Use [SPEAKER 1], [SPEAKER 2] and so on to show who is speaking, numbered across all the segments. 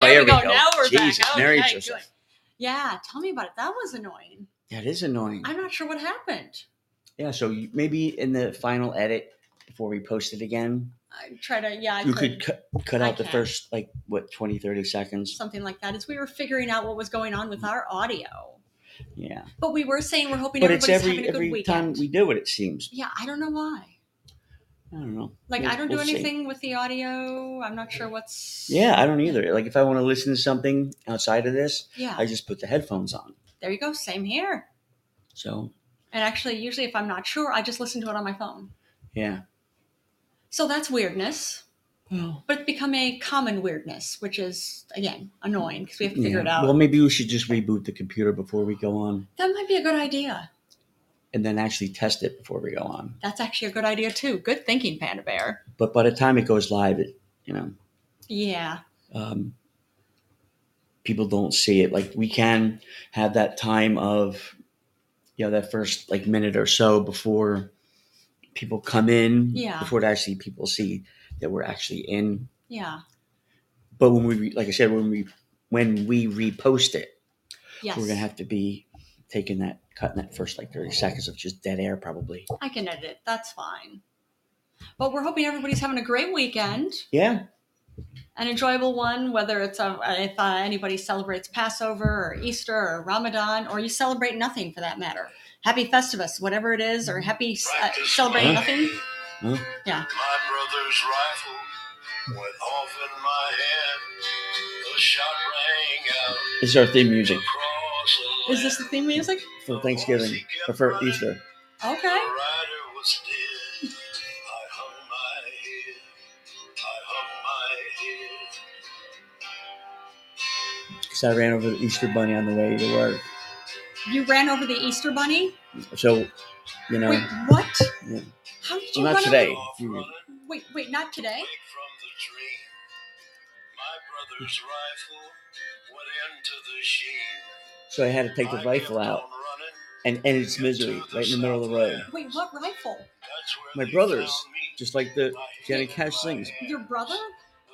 [SPEAKER 1] there
[SPEAKER 2] we go. Now we're
[SPEAKER 1] Jesus,
[SPEAKER 2] back. Oh,
[SPEAKER 1] Mary
[SPEAKER 2] yeah,
[SPEAKER 1] Joseph.
[SPEAKER 2] good. Yeah, tell me about it. That was annoying.
[SPEAKER 1] That is annoying.
[SPEAKER 2] I'm not sure what happened.
[SPEAKER 1] yeah, so you, maybe in the final edit before we post it again,
[SPEAKER 2] I try to yeah, I
[SPEAKER 1] you could cut, cut
[SPEAKER 2] I
[SPEAKER 1] out the
[SPEAKER 2] can.
[SPEAKER 1] first like what 20 30 seconds.
[SPEAKER 2] something like that. As we were figuring out what was going on with our audio,
[SPEAKER 1] Yeah.
[SPEAKER 2] but we were saying we're hoping
[SPEAKER 1] But it's
[SPEAKER 2] everybody's having
[SPEAKER 1] every
[SPEAKER 2] a good
[SPEAKER 1] every time
[SPEAKER 2] weekend.
[SPEAKER 1] we do it it seems.
[SPEAKER 2] yeah, I don't know why.
[SPEAKER 1] I don't know.
[SPEAKER 2] Like
[SPEAKER 1] We'll-
[SPEAKER 2] I don't
[SPEAKER 1] we'll
[SPEAKER 2] do
[SPEAKER 1] see.
[SPEAKER 2] anything with the audio. I'm not sure what's
[SPEAKER 1] Yeah, I don't either. Like if I want to listen to something outside of this,
[SPEAKER 2] yeah.
[SPEAKER 1] I just put the headphones on.
[SPEAKER 2] there you go. Same here.
[SPEAKER 1] So,
[SPEAKER 2] And actually, usually if I'm not sure, I just listen to it on my phone.
[SPEAKER 1] yeah.
[SPEAKER 2] So that's weirdness,
[SPEAKER 1] Well,
[SPEAKER 2] but it's become a common weirdness, which is again annoying because we have to figure it out.
[SPEAKER 1] Well, maybe we should just reboot the computer before we go on
[SPEAKER 2] that might be a good idea.
[SPEAKER 1] and then actually test it before we go on.
[SPEAKER 2] That's actually a good idea too. Good thinking, Panda Bear.
[SPEAKER 1] But by the time it goes live, it, you know,
[SPEAKER 2] Yeah.
[SPEAKER 1] um, people don't see it. Like we can have that time of, you know, that first like minute or so before people come in,
[SPEAKER 2] Yeah.
[SPEAKER 1] before it actually people see that we're actually in.
[SPEAKER 2] Yeah.
[SPEAKER 1] But when we, re- like I said, when we when we repost it,
[SPEAKER 2] Yes.
[SPEAKER 1] we're gonna have to be taking that cutting that first like thirty seconds of just dead air probably.
[SPEAKER 2] I can edit it. That's fine. But we're hoping everybody's having a great weekend,
[SPEAKER 1] Yeah,
[SPEAKER 2] an enjoyable one, whether it's a, if uh, anybody celebrates Passover or Easter or Ramadan, or you celebrate nothing for that matter. Happy Festivus, whatever it is, or happy uh,
[SPEAKER 3] Practice
[SPEAKER 2] celebrate
[SPEAKER 1] Huh?
[SPEAKER 2] nothing.
[SPEAKER 1] Huh?
[SPEAKER 2] Yeah.
[SPEAKER 3] My brother's rifle went off in my hand. The shot rang out
[SPEAKER 1] this is our theme music
[SPEAKER 3] across the
[SPEAKER 2] Is this the
[SPEAKER 3] land.
[SPEAKER 2] theme music?
[SPEAKER 1] for Thanksgiving or for Easter.
[SPEAKER 3] The
[SPEAKER 2] Okay.
[SPEAKER 3] rider was dead. I hung my head. I hung my head.
[SPEAKER 1] Because I ran over the Easter bunny on the way to work,
[SPEAKER 2] You ran over the Easter bunny?
[SPEAKER 1] so you know.
[SPEAKER 2] Wait, what?
[SPEAKER 1] Yeah.
[SPEAKER 2] How did you
[SPEAKER 1] Well, not
[SPEAKER 2] run
[SPEAKER 1] today. Hmm.
[SPEAKER 2] over?
[SPEAKER 3] Off
[SPEAKER 1] you-
[SPEAKER 3] running
[SPEAKER 2] Wait, wait, not today?
[SPEAKER 3] awake from the dream. My brother's rifle went into the sheen.
[SPEAKER 1] So I had to take the
[SPEAKER 3] I
[SPEAKER 1] rifle
[SPEAKER 3] kept
[SPEAKER 1] out
[SPEAKER 3] on running
[SPEAKER 1] and end its misery right in the middle of the road.
[SPEAKER 2] Wait, what rifle?
[SPEAKER 3] That's where
[SPEAKER 1] My
[SPEAKER 3] they
[SPEAKER 1] brothers,
[SPEAKER 3] found me.
[SPEAKER 1] Just like the
[SPEAKER 3] My
[SPEAKER 1] Johnny
[SPEAKER 3] head,
[SPEAKER 1] Cash
[SPEAKER 3] my
[SPEAKER 1] sings.
[SPEAKER 3] hand.
[SPEAKER 2] Your brother?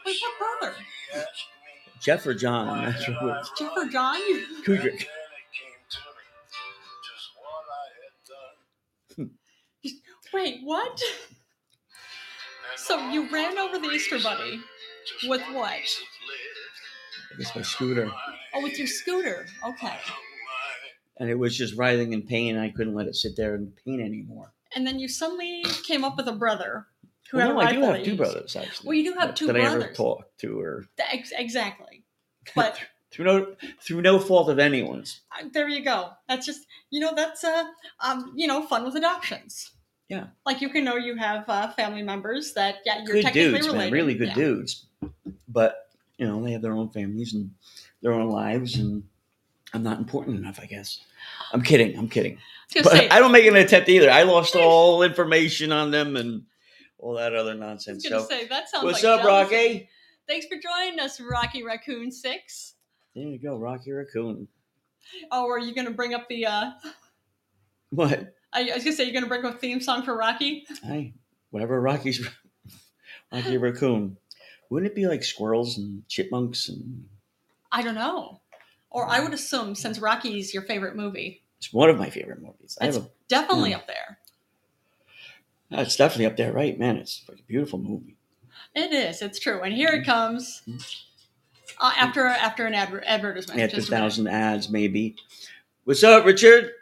[SPEAKER 2] Wait, what brother?
[SPEAKER 3] He asked me
[SPEAKER 1] Jeff or John, I'm not sure which.
[SPEAKER 2] Jeff or John?
[SPEAKER 3] And then
[SPEAKER 1] Kudrick.
[SPEAKER 3] it came to me, just what I had done.
[SPEAKER 2] Wait, what?
[SPEAKER 3] And
[SPEAKER 2] So you
[SPEAKER 3] all
[SPEAKER 2] ran
[SPEAKER 3] for
[SPEAKER 2] over the Easter
[SPEAKER 3] reason,
[SPEAKER 2] bunny.
[SPEAKER 3] just
[SPEAKER 2] with
[SPEAKER 3] one
[SPEAKER 2] what?
[SPEAKER 3] piece of lead.
[SPEAKER 1] I guess my scooter.
[SPEAKER 2] Oh, with your scooter. Okay.
[SPEAKER 1] And it was just writhing in pain. I couldn't let it sit there in pain anymore.
[SPEAKER 2] And then you suddenly came up with a brother who
[SPEAKER 1] Well,
[SPEAKER 2] had
[SPEAKER 1] no,
[SPEAKER 2] a
[SPEAKER 1] I do
[SPEAKER 2] rifle
[SPEAKER 1] have
[SPEAKER 2] that
[SPEAKER 1] two
[SPEAKER 2] you-
[SPEAKER 1] brothers, actually.
[SPEAKER 2] Well, you do have
[SPEAKER 1] that-
[SPEAKER 2] two
[SPEAKER 1] that I ever
[SPEAKER 2] brothers.
[SPEAKER 1] talked to or
[SPEAKER 2] Th- ex- Exactly. But
[SPEAKER 1] through no through no fault of anyone's.
[SPEAKER 2] uh, there you go. That's just you know that's uh um you know fun with adoptions.
[SPEAKER 1] Yeah.
[SPEAKER 2] Like you can know you have uh, family members that yeah you're
[SPEAKER 1] Good
[SPEAKER 2] technically
[SPEAKER 1] dudes,
[SPEAKER 2] related.
[SPEAKER 1] man. Really good
[SPEAKER 2] Yeah.
[SPEAKER 1] dudes. But, you know, they have their own families and their own lives, and I'm not important enough, I guess. I'm kidding. I'm kidding.
[SPEAKER 2] I
[SPEAKER 1] But
[SPEAKER 2] was gonna say,
[SPEAKER 1] I don't make an attempt either. I lost all information on them and all that other
[SPEAKER 2] I was
[SPEAKER 1] nonsense.
[SPEAKER 2] gonna
[SPEAKER 1] So,
[SPEAKER 2] say that sounds.
[SPEAKER 1] what's
[SPEAKER 2] like
[SPEAKER 1] up,
[SPEAKER 2] jealousy.
[SPEAKER 1] Rocky?
[SPEAKER 2] Thanks for joining us, Rocky Raccoon Six.
[SPEAKER 1] There you go, Rocky Raccoon.
[SPEAKER 2] Oh, are you gonna bring up the? uh
[SPEAKER 1] What?
[SPEAKER 2] I, I was gonna say you're gonna bring up a theme song for Rocky.
[SPEAKER 1] Hey, whatever Rocky's Rocky Raccoon. Wouldn't it be like squirrels and chipmunks and
[SPEAKER 2] I don't know. Or I would assume since Rocky's your favorite movie,
[SPEAKER 1] it's one of my favorite movies. I have a,
[SPEAKER 2] definitely
[SPEAKER 1] Hmm.
[SPEAKER 2] up there.
[SPEAKER 1] it's definitely up there, right? Man, it's a fucking beautiful movie.
[SPEAKER 2] It is. It's true. And here
[SPEAKER 1] Hmm.
[SPEAKER 2] it comes. Uh, after after an adver- advertisement.
[SPEAKER 1] After
[SPEAKER 2] just a minute.
[SPEAKER 1] thousand ads, maybe. What's up, Richard?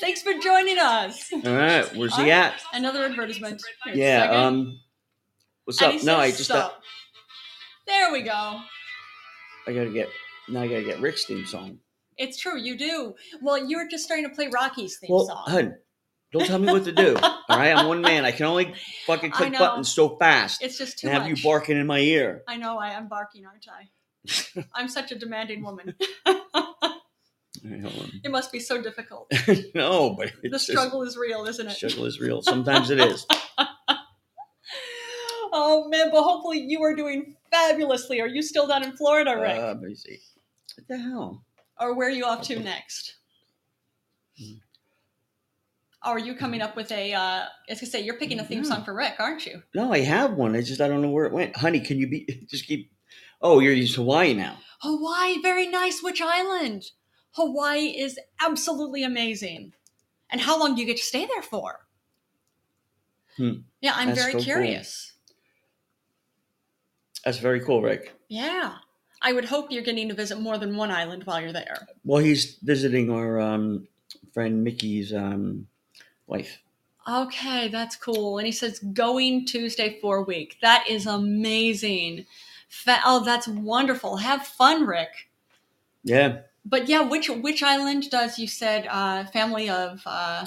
[SPEAKER 2] Thanks for joining us.
[SPEAKER 1] All right, where's
[SPEAKER 2] All
[SPEAKER 1] he
[SPEAKER 2] right,
[SPEAKER 1] at?
[SPEAKER 2] Another advertisement. Here,
[SPEAKER 1] Yeah,
[SPEAKER 2] second.
[SPEAKER 1] um What's
[SPEAKER 2] And
[SPEAKER 1] up?
[SPEAKER 2] he
[SPEAKER 1] no, I
[SPEAKER 2] says
[SPEAKER 1] just uh,
[SPEAKER 2] stop.
[SPEAKER 1] thought
[SPEAKER 2] There we go.
[SPEAKER 1] I gotta get now I gotta get Rick's theme song.
[SPEAKER 2] It's true. You do. Well, you were just starting to play Rocky's theme
[SPEAKER 1] Well,
[SPEAKER 2] song.
[SPEAKER 1] hun, don't tell me what to do. all right, I'm one man. I can only fucking
[SPEAKER 2] I
[SPEAKER 1] click
[SPEAKER 2] know.
[SPEAKER 1] buttons so fast
[SPEAKER 2] it's just too
[SPEAKER 1] and have
[SPEAKER 2] much.
[SPEAKER 1] you barking in my ear.
[SPEAKER 2] I know. I am barking, aren't I? I'm such a demanding woman.
[SPEAKER 1] All right, hold on.
[SPEAKER 2] It must be so difficult.
[SPEAKER 1] no, but it's
[SPEAKER 2] The struggle is real, isn't
[SPEAKER 1] Just,
[SPEAKER 2] it?
[SPEAKER 1] struggle is real. Sometimes it is.
[SPEAKER 2] Oh man, but hopefully you are doing fabulously. Are you still down in Florida, Rick?
[SPEAKER 1] Uh, let me see. What the hell?
[SPEAKER 2] or where are you off to next?
[SPEAKER 1] Hmm.
[SPEAKER 2] Are you coming up with a? Uh, I was gonna say you're picking a theme
[SPEAKER 1] Yeah.
[SPEAKER 2] song for Rick, aren't you?
[SPEAKER 1] No, I have one. I just I don't know where it went. Honey, can you be just keep Oh, you're used to Hawaii now.
[SPEAKER 2] Hawaii, very nice. Which island? Hawaii is absolutely amazing. And how long do you get to stay there for?
[SPEAKER 1] Hmm.
[SPEAKER 2] Yeah, I'm
[SPEAKER 1] That's
[SPEAKER 2] very
[SPEAKER 1] so cool.
[SPEAKER 2] curious.
[SPEAKER 1] That's very cool, Rick.
[SPEAKER 2] Yeah. I would hope you're getting to visit more than one island while you're there.
[SPEAKER 1] Well, he's visiting our um, friend Mickey's um, wife.
[SPEAKER 2] Okay, that's cool. And he says going Tuesday for a week. That is amazing. Fa- oh, that's wonderful. Have fun, Rick.
[SPEAKER 1] Yeah,
[SPEAKER 2] But yeah, which which island does you said uh, family of? Uh,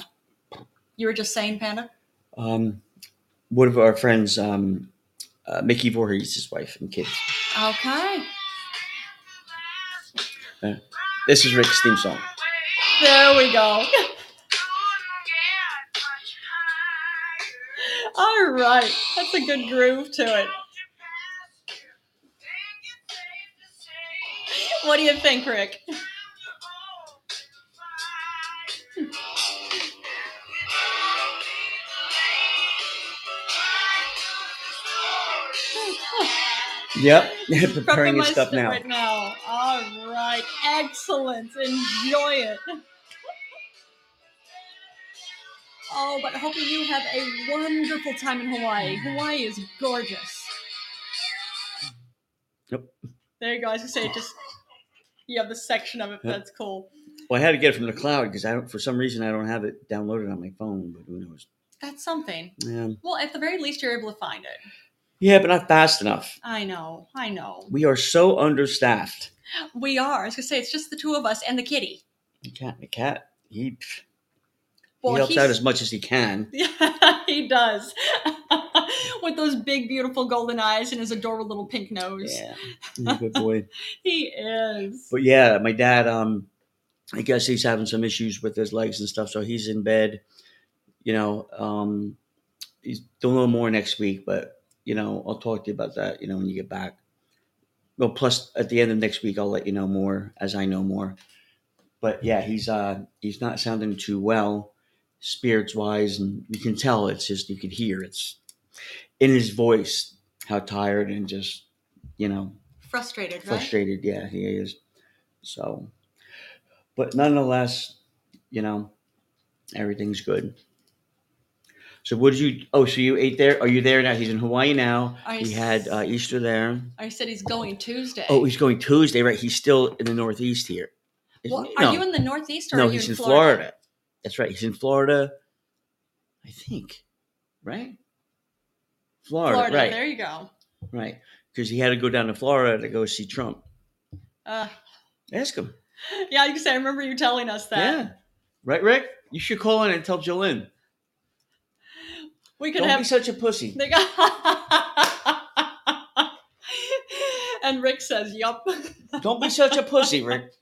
[SPEAKER 2] you were just saying, Panda.
[SPEAKER 1] um, one of our friends, um, uh, Mickey Voorhees' wife and kids.
[SPEAKER 2] Okay,
[SPEAKER 1] This is Rick's theme song.
[SPEAKER 2] there we go. All right, that's a good groove to it. What do you think, Rick?
[SPEAKER 1] Yep, preparing his
[SPEAKER 2] my
[SPEAKER 1] stuff
[SPEAKER 2] step
[SPEAKER 1] now.
[SPEAKER 2] Right now. All right, excellent. Enjoy it. Oh, but hoping you have a wonderful time in Hawaii. Hawaii is gorgeous.
[SPEAKER 1] Yep.
[SPEAKER 2] There you go. I was gonna say, just you have the section of it.
[SPEAKER 1] Yep.
[SPEAKER 2] That's cool.
[SPEAKER 1] Well, I had to get it from the cloud because I don't. For some reason, I don't have it downloaded on my phone. But who knows?
[SPEAKER 2] That's something.
[SPEAKER 1] Yeah,
[SPEAKER 2] Well, at the very least, you're able to find it.
[SPEAKER 1] yeah, but not fast enough.
[SPEAKER 2] I know. I know.
[SPEAKER 1] We are so understaffed.
[SPEAKER 2] We are. I was gonna say, it's just the two of us and the kitty.
[SPEAKER 1] The cat, the cat, he, pff,
[SPEAKER 2] Well,
[SPEAKER 1] he helps
[SPEAKER 2] he's-
[SPEAKER 1] out as much as he can.
[SPEAKER 2] Yeah, he does. With those big, beautiful golden eyes and his adorable little pink nose.
[SPEAKER 1] Yeah, he's a good boy.
[SPEAKER 2] He is.
[SPEAKER 1] But yeah, my dad. Um, I guess he's having some issues with his legs and stuff, so he's in bed. You know, um, he's don't know more next week, but you know, I'll talk to you about that. You know, when you get back. Well, plus at the end of next week, I'll let you know more as I know more. But yeah, he's uh he's not sounding too well, spirits wise, and you can tell. It's just you could hear it's in his voice how tired and just you know
[SPEAKER 2] Frustrated, right?
[SPEAKER 1] frustrated. Yeah, he is. So, but nonetheless, you know, everything's good. So, what did you? Oh, so you ate there? Are you there now? He's in Hawaii now.
[SPEAKER 2] I
[SPEAKER 1] He had uh, Easter there.
[SPEAKER 2] I said he's going Tuesday.
[SPEAKER 1] Oh, he's going Tuesday, right? He's still in the Northeast here. Isn't
[SPEAKER 2] Well,
[SPEAKER 1] he?
[SPEAKER 2] Are you in the Northeast or
[SPEAKER 1] no,
[SPEAKER 2] are you
[SPEAKER 1] he's
[SPEAKER 2] in,
[SPEAKER 1] in Florida? That's right. He's in Florida, I think. Right? Florida,
[SPEAKER 2] Florida,
[SPEAKER 1] right?
[SPEAKER 2] there you go.
[SPEAKER 1] Right. Because he had to go down to Florida to go see Trump.
[SPEAKER 2] Uh,
[SPEAKER 1] Ask him.
[SPEAKER 2] yeah, you can say, I remember you telling us that.
[SPEAKER 1] Yeah. Right, Rick? You should call in and tell Jolene.
[SPEAKER 2] We could
[SPEAKER 1] Don't
[SPEAKER 2] have
[SPEAKER 1] be such a pussy.
[SPEAKER 2] They got- and Rick says, Yup.
[SPEAKER 1] Don't be such a pussy, Rick.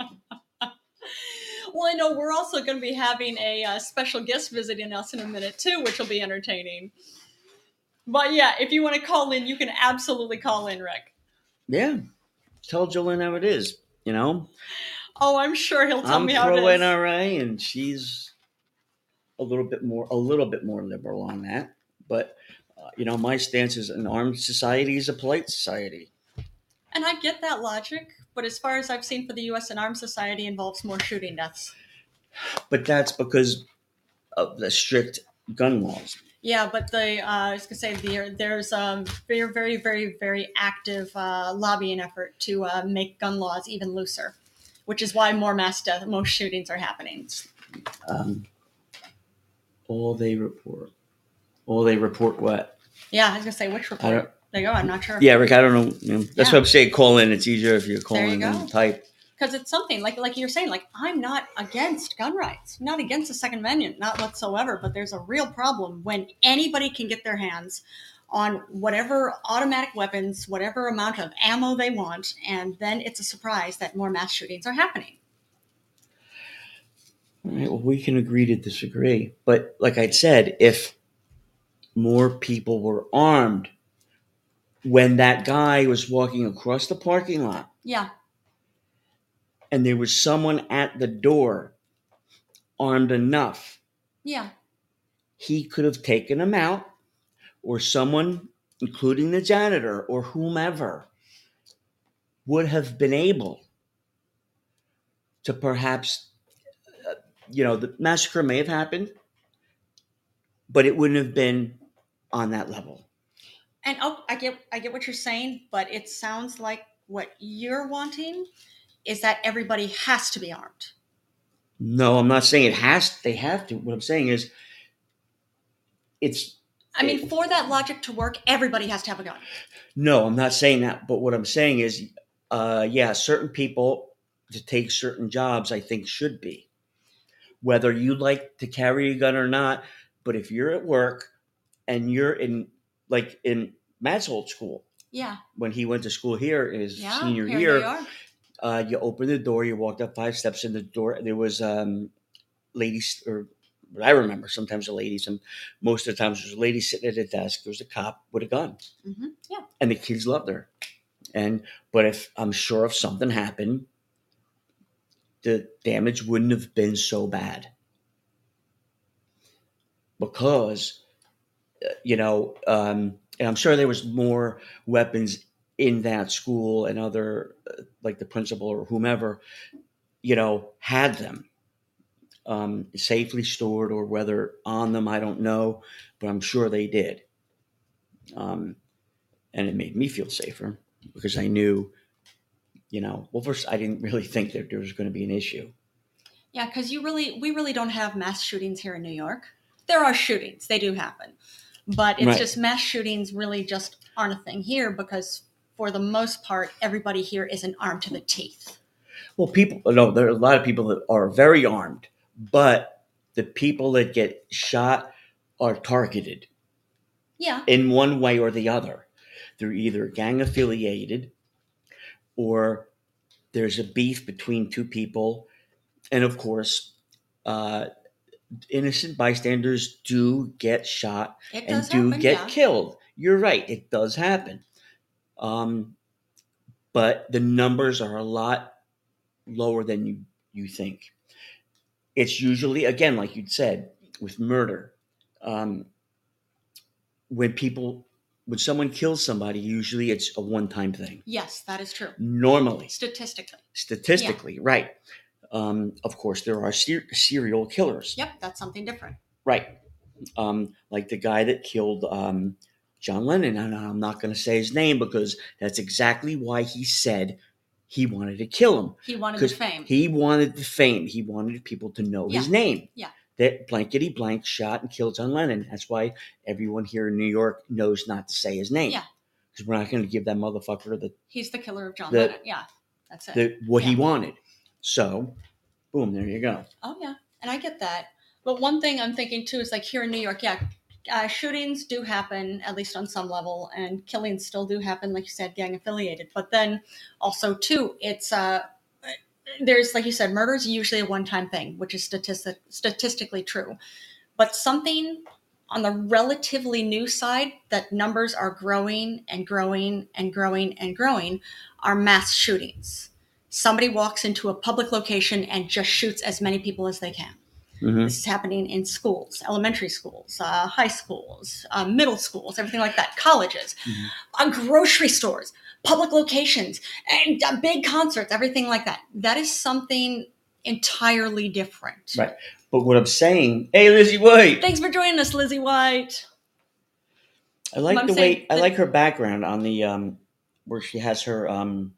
[SPEAKER 2] Well, I know we're also going to be having a uh, special guest visiting us in a minute, too, which will be entertaining. But yeah, if you want to call in, you can absolutely call in, Rick.
[SPEAKER 1] Yeah. Tell Jolene how it is. You know?
[SPEAKER 2] Oh, I'm sure he'll tell
[SPEAKER 1] I'm
[SPEAKER 2] me how it is.
[SPEAKER 1] pro-NRA and she's a little bit more a little bit more liberal on that. But uh, you know, my stance is an armed society is a polite society.
[SPEAKER 2] and I get that logic, but as far as I've seen for the U.S. and Armed Society, involves more shooting deaths.
[SPEAKER 1] But that's because of the strict gun laws.
[SPEAKER 2] Yeah, but the uh, I was gonna say there there's um very very very very active uh, lobbying effort to uh, make gun laws even looser, which is why more mass death, most shootings are happening.
[SPEAKER 1] Um, all they report. All they report what?
[SPEAKER 2] Yeah, I was gonna say which
[SPEAKER 1] I don't-
[SPEAKER 2] report. There you go. I'm not sure.
[SPEAKER 1] Yeah, Rick, I don't know. You know that's
[SPEAKER 2] Yeah.
[SPEAKER 1] why I'm saying call in. It's easier if you call
[SPEAKER 2] There you
[SPEAKER 1] in
[SPEAKER 2] go.
[SPEAKER 1] and type.
[SPEAKER 2] because it's something like like you're saying like i'm not against gun rights not against the second amendment not whatsoever but there's a real problem when anybody can get their hands on whatever automatic weapons whatever amount of ammo they want and then it's a surprise that more mass shootings are happening
[SPEAKER 1] All right, well, we can agree to disagree. But like I said, if more people were armed when that guy was walking across the parking lot
[SPEAKER 2] yeah
[SPEAKER 1] and there was someone at the door armed enough,
[SPEAKER 2] yeah
[SPEAKER 1] he could have taken him out or someone, including the janitor or whomever, would have been able to perhaps, uh, you know, the massacre may have happened, but it wouldn't have been on that level.
[SPEAKER 2] And oh, I get I get what you're saying, but it sounds like what you're wanting is that everybody has to be armed.
[SPEAKER 1] No, I'm not saying it has. They have to. What I'm saying is, it's
[SPEAKER 2] I mean, for that logic to work, everybody has to have a gun.
[SPEAKER 1] no. I'm not saying that. But what I'm saying is, uh, yeah, certain people to take certain jobs, I think, should be whether you like to carry a gun or not. But if you're at work and you're in, like in Matt's old school,
[SPEAKER 2] Yeah.
[SPEAKER 1] when he went to school here in his
[SPEAKER 2] Yeah.
[SPEAKER 1] senior
[SPEAKER 2] here in
[SPEAKER 1] year,
[SPEAKER 2] New York.
[SPEAKER 1] uh, you opened the door, you walked up five steps in the door. There was um, ladies, or what I remember, sometimes the ladies, and most of the times there's a lady sitting at a desk. There was a cop with a gun,
[SPEAKER 2] Mhm. Yeah.
[SPEAKER 1] and the kids loved her. And but if I'm sure if something happened, the damage wouldn't have been so bad because uh, you know, um, and I'm sure there was more weapons in that school and other uh, like the principal or whomever, you know, had them um, safely stored or whether on them, I don't know, but I'm sure they did. Um, and it made me feel safer because I knew, you know, well, first, I didn't really think that there was going to be an issue.
[SPEAKER 2] Yeah, because you really, we really don't have mass shootings here in New York. There are shootings, they do happen. But it's
[SPEAKER 1] Right.
[SPEAKER 2] just mass shootings really just aren't a thing here because for the most part, everybody here isn't armed to the teeth.
[SPEAKER 1] Well, people, uh, no, there are a lot of people that are very armed, but the people that get shot are targeted
[SPEAKER 2] Yeah.
[SPEAKER 1] in one way or the other. They're either gang affiliated or there's a beef between two people. And of course, uh, innocent bystanders do get shot
[SPEAKER 2] It
[SPEAKER 1] and
[SPEAKER 2] does
[SPEAKER 1] do
[SPEAKER 2] happen.
[SPEAKER 1] get
[SPEAKER 2] yeah.
[SPEAKER 1] killed. You're right; it does happen. Um, but the numbers are a lot lower than you you think. It's usually again, like you'd said, with murder. Um, when people, when someone kills somebody, usually it's a one time thing.
[SPEAKER 2] yes, that is true.
[SPEAKER 1] Normally,
[SPEAKER 2] Statistically.
[SPEAKER 1] statistically, right? Um, of course, there are ser- serial killers.
[SPEAKER 2] Yep, that's something different.
[SPEAKER 1] Right. Um, like the guy that killed um, John Lennon. And I'm not going to say his name because that's exactly why he said he wanted to kill him.
[SPEAKER 2] He wanted the
[SPEAKER 1] 'Cause
[SPEAKER 2] fame.
[SPEAKER 1] He wanted the fame. He wanted people to know his name.
[SPEAKER 2] Yeah.
[SPEAKER 1] That blankety blank shot and killed John Lennon. That's why everyone here in New York knows not to say his name.
[SPEAKER 2] Yeah.
[SPEAKER 1] Because we're not going to give that motherfucker the,
[SPEAKER 2] He's the killer of John
[SPEAKER 1] The-
[SPEAKER 2] Lennon. Yeah, that's it.
[SPEAKER 1] the what he
[SPEAKER 2] Uh, Yeah.
[SPEAKER 1] wanted. So, boom, there you go.
[SPEAKER 2] Oh yeah, and I get that. But one thing I'm thinking too is like here in New York, yeah, uh, shootings do happen at least on some level, and killings still do happen, like you said, gang affiliated. But then also too, it's uh, there's like you said, murder is usually a one time thing, which is statistic statistically true. But something on the relatively new side that numbers are growing and growing and growing and growing are mass shootings somebody walks into a public location and just shoots as many people as they can.
[SPEAKER 1] Mhm.
[SPEAKER 2] This is happening in schools, elementary schools, uh, high schools, uh, middle schools, everything like that, colleges,
[SPEAKER 1] Mhm.
[SPEAKER 2] uh, grocery stores, public locations, and uh, big concerts, everything like that. That is something entirely different.
[SPEAKER 1] Right. But what I'm saying, hey, Lizzie White.
[SPEAKER 2] Thanks for joining us, Lizzie White.
[SPEAKER 1] I like
[SPEAKER 2] I'm
[SPEAKER 1] the
[SPEAKER 2] saying
[SPEAKER 1] way I
[SPEAKER 2] that-
[SPEAKER 1] like her background on the um where she has her um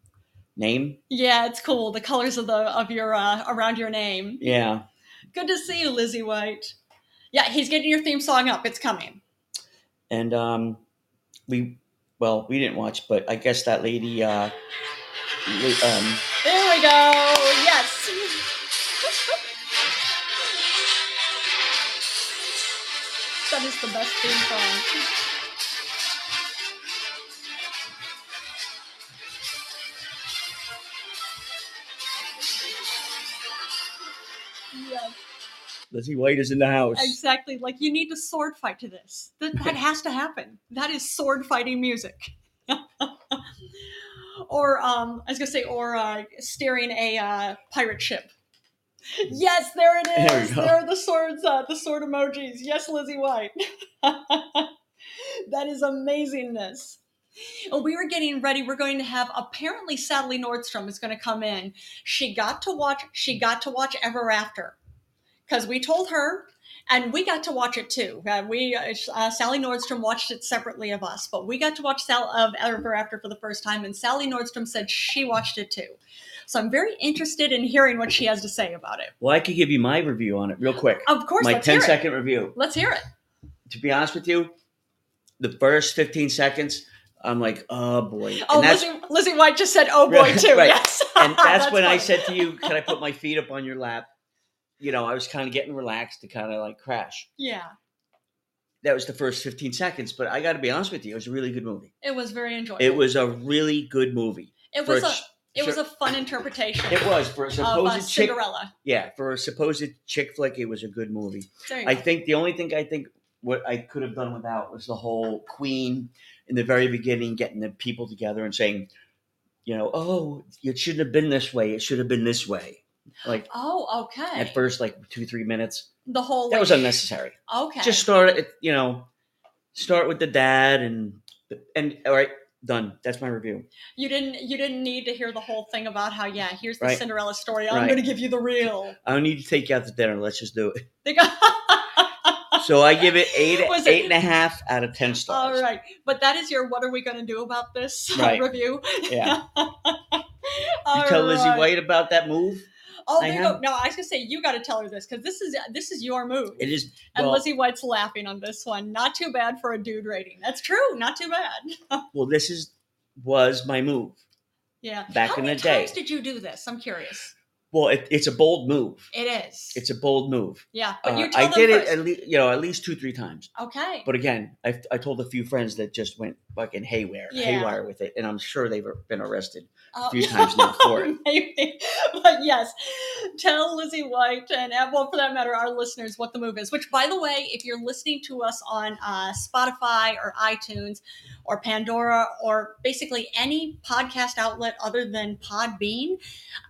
[SPEAKER 1] name.
[SPEAKER 2] Yeah, it's cool. The colors of the of your uh, around your name.
[SPEAKER 1] Yeah.
[SPEAKER 2] Good to see you, Lizzie White. Yeah, he's getting your theme song up. It's coming.
[SPEAKER 1] And um we well, we didn't watch, but I guess that lady uh la- um
[SPEAKER 2] There we go. Yes. that is the best theme song. Yes,
[SPEAKER 1] Lizzie White is in the house.
[SPEAKER 2] exactly. Like you need a sword fight to this. That that has to happen. That is sword fighting music. or um, I was gonna say, or uh, steering a uh, pirate ship. Yes, there it
[SPEAKER 1] There we
[SPEAKER 2] is.
[SPEAKER 1] go.
[SPEAKER 2] There, are the swords, uh, the sword emojis. Yes, Lizzie White. that is amazingness. And we were getting ready. We're going to have apparently Sally Nordstrom is going to come in. She got to watch. She got to watch Ever After because we told her, and we got to watch it too. Uh, we uh, Sally Nordstrom watched it separately of us, but we got to watch Sal of Ever After for the first time, and Sally Nordstrom said she watched it too. So I'm very interested in hearing what she has to say about it.
[SPEAKER 1] Well, I could give you my review on it real quick.
[SPEAKER 2] Of course,
[SPEAKER 1] my
[SPEAKER 2] let's hear
[SPEAKER 1] 10
[SPEAKER 2] it.
[SPEAKER 1] second review.
[SPEAKER 2] Let's hear it.
[SPEAKER 1] To be honest with you, the first 15 seconds, I'm like, oh boy.
[SPEAKER 2] Oh,
[SPEAKER 1] and that's,
[SPEAKER 2] Lizzie, Lizzie White just said, "Oh boy,"
[SPEAKER 1] Right,
[SPEAKER 2] too.
[SPEAKER 1] right.
[SPEAKER 2] Yes,
[SPEAKER 1] and that's, when I
[SPEAKER 2] funny.
[SPEAKER 1] said to you, can I put my feet up on your lap? You know, I was kind of getting relaxed to kind of like crash.
[SPEAKER 2] "Yeah."
[SPEAKER 1] That was the first 15 seconds, but I got to be honest with you, it was a really good movie.
[SPEAKER 2] It was very enjoyable.
[SPEAKER 1] It was a really good movie.
[SPEAKER 2] It
[SPEAKER 1] for
[SPEAKER 2] was
[SPEAKER 1] a
[SPEAKER 2] a.
[SPEAKER 1] ch-
[SPEAKER 2] It was
[SPEAKER 1] sure.
[SPEAKER 2] a fun interpretation
[SPEAKER 1] It was for a
[SPEAKER 2] of
[SPEAKER 1] supposed
[SPEAKER 2] uh,
[SPEAKER 1] chick.
[SPEAKER 2] Cinderella.
[SPEAKER 1] Yeah, for a supposed chick flick, it was a good movie.
[SPEAKER 2] There you
[SPEAKER 1] I
[SPEAKER 2] go.
[SPEAKER 1] think the only thing I think what I could have done without was the whole Queen in the very beginning getting the people together and saying, you know, oh, it shouldn't have been this way. It should have been this way. Like
[SPEAKER 2] Oh, okay.
[SPEAKER 1] at first, like two three minutes,
[SPEAKER 2] the whole
[SPEAKER 1] that was
[SPEAKER 2] like,
[SPEAKER 1] unnecessary.
[SPEAKER 2] okay.
[SPEAKER 1] Just start it, you know, start with the dad and and all right, done. That's my review.
[SPEAKER 2] you didn't you didn't need to hear the whole thing about how yeah here's the
[SPEAKER 1] Right.
[SPEAKER 2] Cinderella story. I'm
[SPEAKER 1] Right.
[SPEAKER 2] going to give you the real.
[SPEAKER 1] I don't need to take you out to dinner. Let's just do it.
[SPEAKER 2] They go-
[SPEAKER 1] So I give it eight
[SPEAKER 2] Was it-
[SPEAKER 1] eight and a half out of ten
[SPEAKER 2] All
[SPEAKER 1] stars.
[SPEAKER 2] right, but that is your what are we going to do about this
[SPEAKER 1] Right.
[SPEAKER 2] review?
[SPEAKER 1] Yeah, you
[SPEAKER 2] All
[SPEAKER 1] tell Lizzie
[SPEAKER 2] right.
[SPEAKER 1] White about that move.
[SPEAKER 2] Oh,
[SPEAKER 1] I
[SPEAKER 2] there you go.
[SPEAKER 1] have-
[SPEAKER 2] No, I was gonna say you got to tell her this because this is this is your move.
[SPEAKER 1] It is
[SPEAKER 2] and
[SPEAKER 1] well,
[SPEAKER 2] Lizzie White's laughing on this one. Not too bad for a dude rating. That's true. Not too bad.
[SPEAKER 1] well this is was my move
[SPEAKER 2] Yeah.
[SPEAKER 1] Back
[SPEAKER 2] How
[SPEAKER 1] in
[SPEAKER 2] many
[SPEAKER 1] the day.
[SPEAKER 2] times did you do this? I'm curious.
[SPEAKER 1] well it, it's a bold move
[SPEAKER 2] It is.
[SPEAKER 1] it's a bold move
[SPEAKER 2] yeah, but
[SPEAKER 1] Uh,
[SPEAKER 2] you tell
[SPEAKER 1] i
[SPEAKER 2] them
[SPEAKER 1] did
[SPEAKER 2] first.
[SPEAKER 1] it at least you know at least two three times
[SPEAKER 2] okay.
[SPEAKER 1] but again I, I told a few friends that just went fucking haywire
[SPEAKER 2] Yeah.
[SPEAKER 1] haywire with it and i'm sure they've been arrested
[SPEAKER 2] Oh.
[SPEAKER 1] few times now for it.
[SPEAKER 2] Maybe. But yes, tell Lizzie White and, uh, well, for that matter, our listeners what the move is. Which, by the way, if you're listening to us on uh, Spotify or iTunes or Pandora or basically any podcast outlet other than Podbean,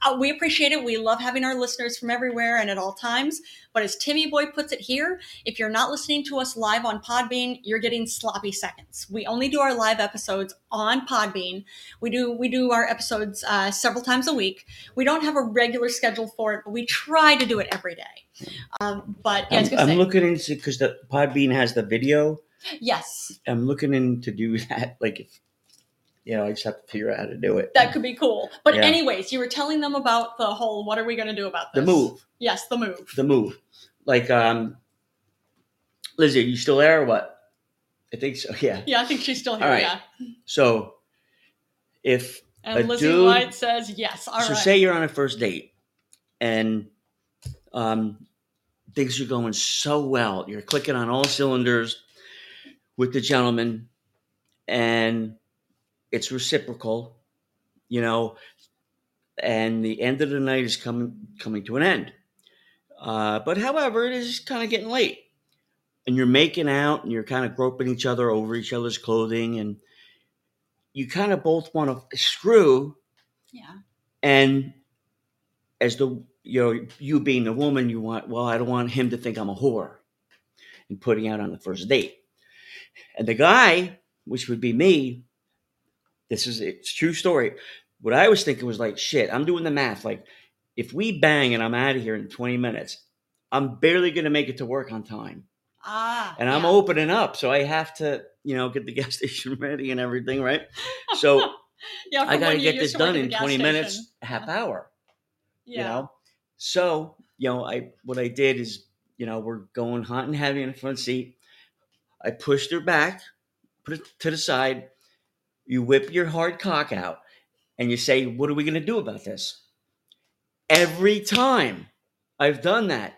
[SPEAKER 2] uh, we appreciate it. We love having our listeners from everywhere and at all times. But as Timmy Boy puts it here, if you're not listening to us live on Podbean, you're getting sloppy seconds. We only do our live episodes on Podbean. We do we do our episodes uh, several times a week. We don't have a regular schedule for it, but we try to do it every day. Um, but yeah, I was
[SPEAKER 1] i'm,
[SPEAKER 2] gonna
[SPEAKER 1] I'm
[SPEAKER 2] say,
[SPEAKER 1] looking into because the podbean has the video
[SPEAKER 2] yes,
[SPEAKER 1] i'm looking in to do that like if you know i just have to figure out how to do it
[SPEAKER 2] that could be cool. But
[SPEAKER 1] Yeah.
[SPEAKER 2] anyways, you were telling them about the whole. What are we going to do about
[SPEAKER 1] the
[SPEAKER 2] this?
[SPEAKER 1] move
[SPEAKER 2] Yes, the move.
[SPEAKER 1] the move like um lizzie are you still there or what i think so yeah
[SPEAKER 2] Yeah, I think she's still here.
[SPEAKER 1] All right.
[SPEAKER 2] Yeah,
[SPEAKER 1] so if
[SPEAKER 2] and
[SPEAKER 1] A
[SPEAKER 2] Lizzie
[SPEAKER 1] dude-
[SPEAKER 2] White says yes. All right.
[SPEAKER 1] so say you're on a first date and um, things are going so well. You're clicking on all cylinders with the gentleman and it's reciprocal, you know, and the end of the night is coming coming to an end. Uh, but however, it is kind of getting late. And you're making out and you're kind of groping each other over each other's clothing and you kind of both want to screw
[SPEAKER 2] yeah.
[SPEAKER 1] and as the you know you being the woman you want well i don't want him to think i'm a whore and putting out on the first date and the guy which would be me this is it's true story what i was thinking was like shit i'm doing the math like if we bang and i'm out of here in 20 minutes i'm barely going to make it to work on time
[SPEAKER 2] Ah.
[SPEAKER 1] and i'm
[SPEAKER 2] yeah.
[SPEAKER 1] opening up so i have to you know get the gas station ready and everything right so
[SPEAKER 2] Yeah,
[SPEAKER 1] i got
[SPEAKER 2] from
[SPEAKER 1] to
[SPEAKER 2] when you
[SPEAKER 1] get
[SPEAKER 2] used
[SPEAKER 1] this
[SPEAKER 2] to work
[SPEAKER 1] done
[SPEAKER 2] at
[SPEAKER 1] in
[SPEAKER 2] the gas
[SPEAKER 1] 20 minutes
[SPEAKER 2] station.
[SPEAKER 1] a half hour
[SPEAKER 2] Yeah.
[SPEAKER 1] you know so you know i what i did is you know we're going hot and heavy in the front seat i pushed her back put it to the side you whip your hard cock out and you say what are we going to do about this every time i've done that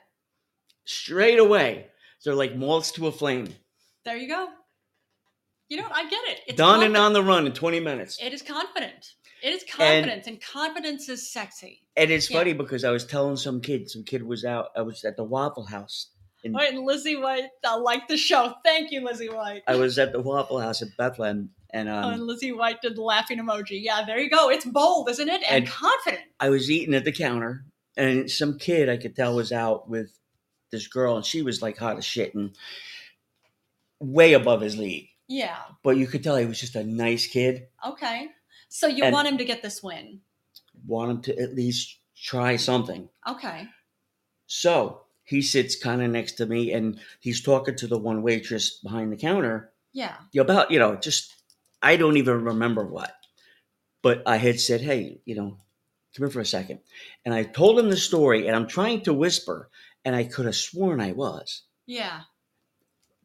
[SPEAKER 1] straight away they're like moths to a flame
[SPEAKER 2] There you go. You know, I get it. It's
[SPEAKER 1] done and
[SPEAKER 2] confident.
[SPEAKER 1] on the run in 20 minutes
[SPEAKER 2] It is confident. It is confidence, and, confidence is sexy.
[SPEAKER 1] and it's
[SPEAKER 2] yeah.
[SPEAKER 1] funny because i was telling some kid some kid was out i was at the waffle house Mm.
[SPEAKER 2] All right, and Lizzie White uh, liked the show. Thank you, Lizzie White.
[SPEAKER 1] I was at the Waffle House in Bethlehem, and
[SPEAKER 2] Oh, and
[SPEAKER 1] um,
[SPEAKER 2] Lizzie White did the laughing emoji. Yeah, there you go. It's bold, isn't it? And,
[SPEAKER 1] And-
[SPEAKER 2] confident.
[SPEAKER 1] I was eating at the counter, and some kid I could tell was out with this girl, and she was like hot as shit and way above his league.
[SPEAKER 2] Yeah.
[SPEAKER 1] but you could tell he was just a nice kid.
[SPEAKER 2] Okay. So you
[SPEAKER 1] And-
[SPEAKER 2] want him to get this win.
[SPEAKER 1] Want him to at least try something.
[SPEAKER 2] Okay.
[SPEAKER 1] So he sits kind of next to me and he's talking to the one waitress behind the counter
[SPEAKER 2] Yeah.
[SPEAKER 1] about, you know, just, I don't even remember what. But I had said, hey, you know, come here for a second. And I told him the story and I'm trying to whisper and I could have sworn I was
[SPEAKER 2] Yeah.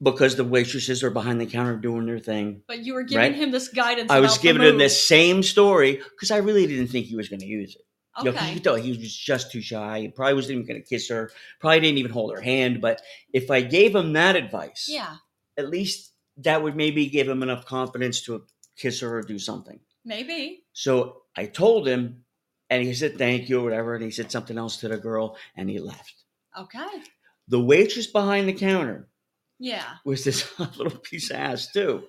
[SPEAKER 1] because the waitresses are behind the counter doing their thing.
[SPEAKER 2] But you were giving
[SPEAKER 1] Right.
[SPEAKER 2] him this guidance.
[SPEAKER 1] I was
[SPEAKER 2] about the
[SPEAKER 1] giving him the
[SPEAKER 2] move.
[SPEAKER 1] same story because I really didn't think he was going to use it. You know, 'cause you
[SPEAKER 2] Okay.
[SPEAKER 1] could tell he was just too shy. He probably wasn't even going to kiss her. Probably didn't even hold her hand. But if I gave him that advice,
[SPEAKER 2] Yeah.
[SPEAKER 1] at least that would maybe give him enough confidence to kiss her or do something.
[SPEAKER 2] Maybe.
[SPEAKER 1] So I told him, and he said thank you or whatever, and he said something else to the girl, and he left.
[SPEAKER 2] Okay.
[SPEAKER 1] The waitress behind the counter
[SPEAKER 2] Yeah.
[SPEAKER 1] was this hot little piece of ass too.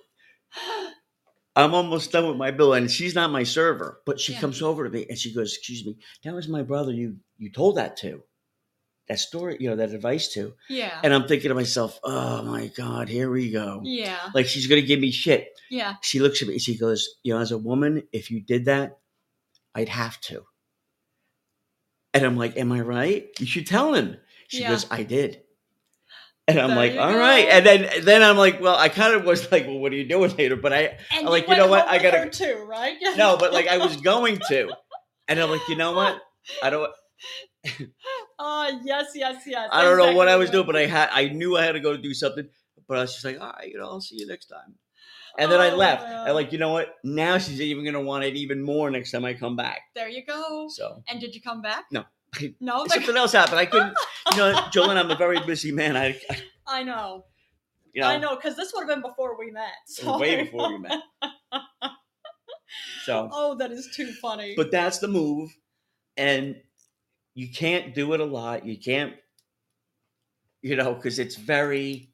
[SPEAKER 1] I'm almost done with my bill, and she's not my server. But she
[SPEAKER 2] Yeah.
[SPEAKER 1] comes over to me and she goes, "Excuse me, that was my brother. You you told that to, that story, you know, that advice to."
[SPEAKER 2] Yeah.
[SPEAKER 1] And I'm thinking to myself, "Oh my god, here we go."
[SPEAKER 2] Yeah.
[SPEAKER 1] Like she's gonna give me shit.
[SPEAKER 2] Yeah.
[SPEAKER 1] She looks at me and she goes, "You know, as a woman, if you did that, I'd have to." And I'm like, "Am I right? You should tell him." She
[SPEAKER 2] Yeah.
[SPEAKER 1] goes, "I did." And I'm
[SPEAKER 2] There
[SPEAKER 1] like,
[SPEAKER 2] you
[SPEAKER 1] "All right."
[SPEAKER 2] go.
[SPEAKER 1] And then then I'm like, "Well, I kind of was like, well, what are you doing later?" But I
[SPEAKER 2] And
[SPEAKER 1] like,
[SPEAKER 2] you,
[SPEAKER 1] you know what?
[SPEAKER 2] went home
[SPEAKER 1] I
[SPEAKER 2] with
[SPEAKER 1] gotta-
[SPEAKER 2] her too, right?
[SPEAKER 1] no, but like I was going to. And I'm like, you know what? I don't
[SPEAKER 2] Oh yes, yes, yes.
[SPEAKER 1] I don't know what I was
[SPEAKER 2] exactly
[SPEAKER 1] doing, but I had I knew I had to go do something. But I was just like, all right, you know, I'll see you next time. And then I
[SPEAKER 2] Oh,
[SPEAKER 1] left.
[SPEAKER 2] wow.
[SPEAKER 1] And like, you know what? Now she's even gonna want it even more next time I come back.
[SPEAKER 2] There you go.
[SPEAKER 1] So
[SPEAKER 2] And did you come back?
[SPEAKER 1] No.
[SPEAKER 2] No. There-
[SPEAKER 1] something else happened. I couldn't you know, Jolene, I'm a very busy man. I, I-
[SPEAKER 2] I know.
[SPEAKER 1] you know,
[SPEAKER 2] I know, because this would have been before we met.
[SPEAKER 1] it
[SPEAKER 2] So.
[SPEAKER 1] was way before we met. So
[SPEAKER 2] Oh, that is too funny.
[SPEAKER 1] but that's the move. And you can't do it a lot. You can't, you know, because it's very,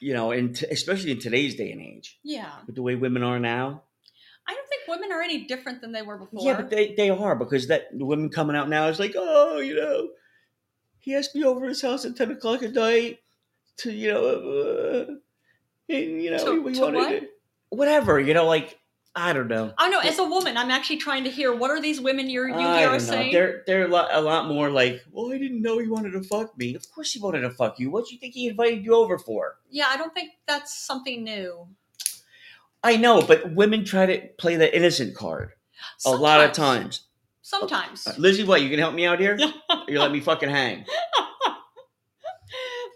[SPEAKER 1] you know, and t- especially in today's day and age,
[SPEAKER 2] yeah,
[SPEAKER 1] with the way women are now.
[SPEAKER 2] I don't think women are any different than they were before.
[SPEAKER 1] Yeah, but they, they are because that the women coming out now is like, oh, you know, he asked me over to his house at 10 o'clock at night to, you know, uh, and, you know,
[SPEAKER 2] To-
[SPEAKER 1] we
[SPEAKER 2] to
[SPEAKER 1] wanted
[SPEAKER 2] what?
[SPEAKER 1] it- whatever, you know, like, I don't know.
[SPEAKER 2] I know. As a woman, I'm actually trying to hear what are these women you're, you
[SPEAKER 1] I
[SPEAKER 2] hear
[SPEAKER 1] don't know.
[SPEAKER 2] saying?
[SPEAKER 1] They're they're a lot, a lot more like, well, I didn't know he wanted to fuck me. Of course he wanted to fuck you. What do you think he invited you over for?
[SPEAKER 2] Yeah, I don't think that's something new.
[SPEAKER 1] I know, but women try to play the innocent card a lot of Uh, times.
[SPEAKER 2] Sometimes.
[SPEAKER 1] Lizzie, what you can help me out here?
[SPEAKER 2] Yeah.
[SPEAKER 1] you let me fucking hang.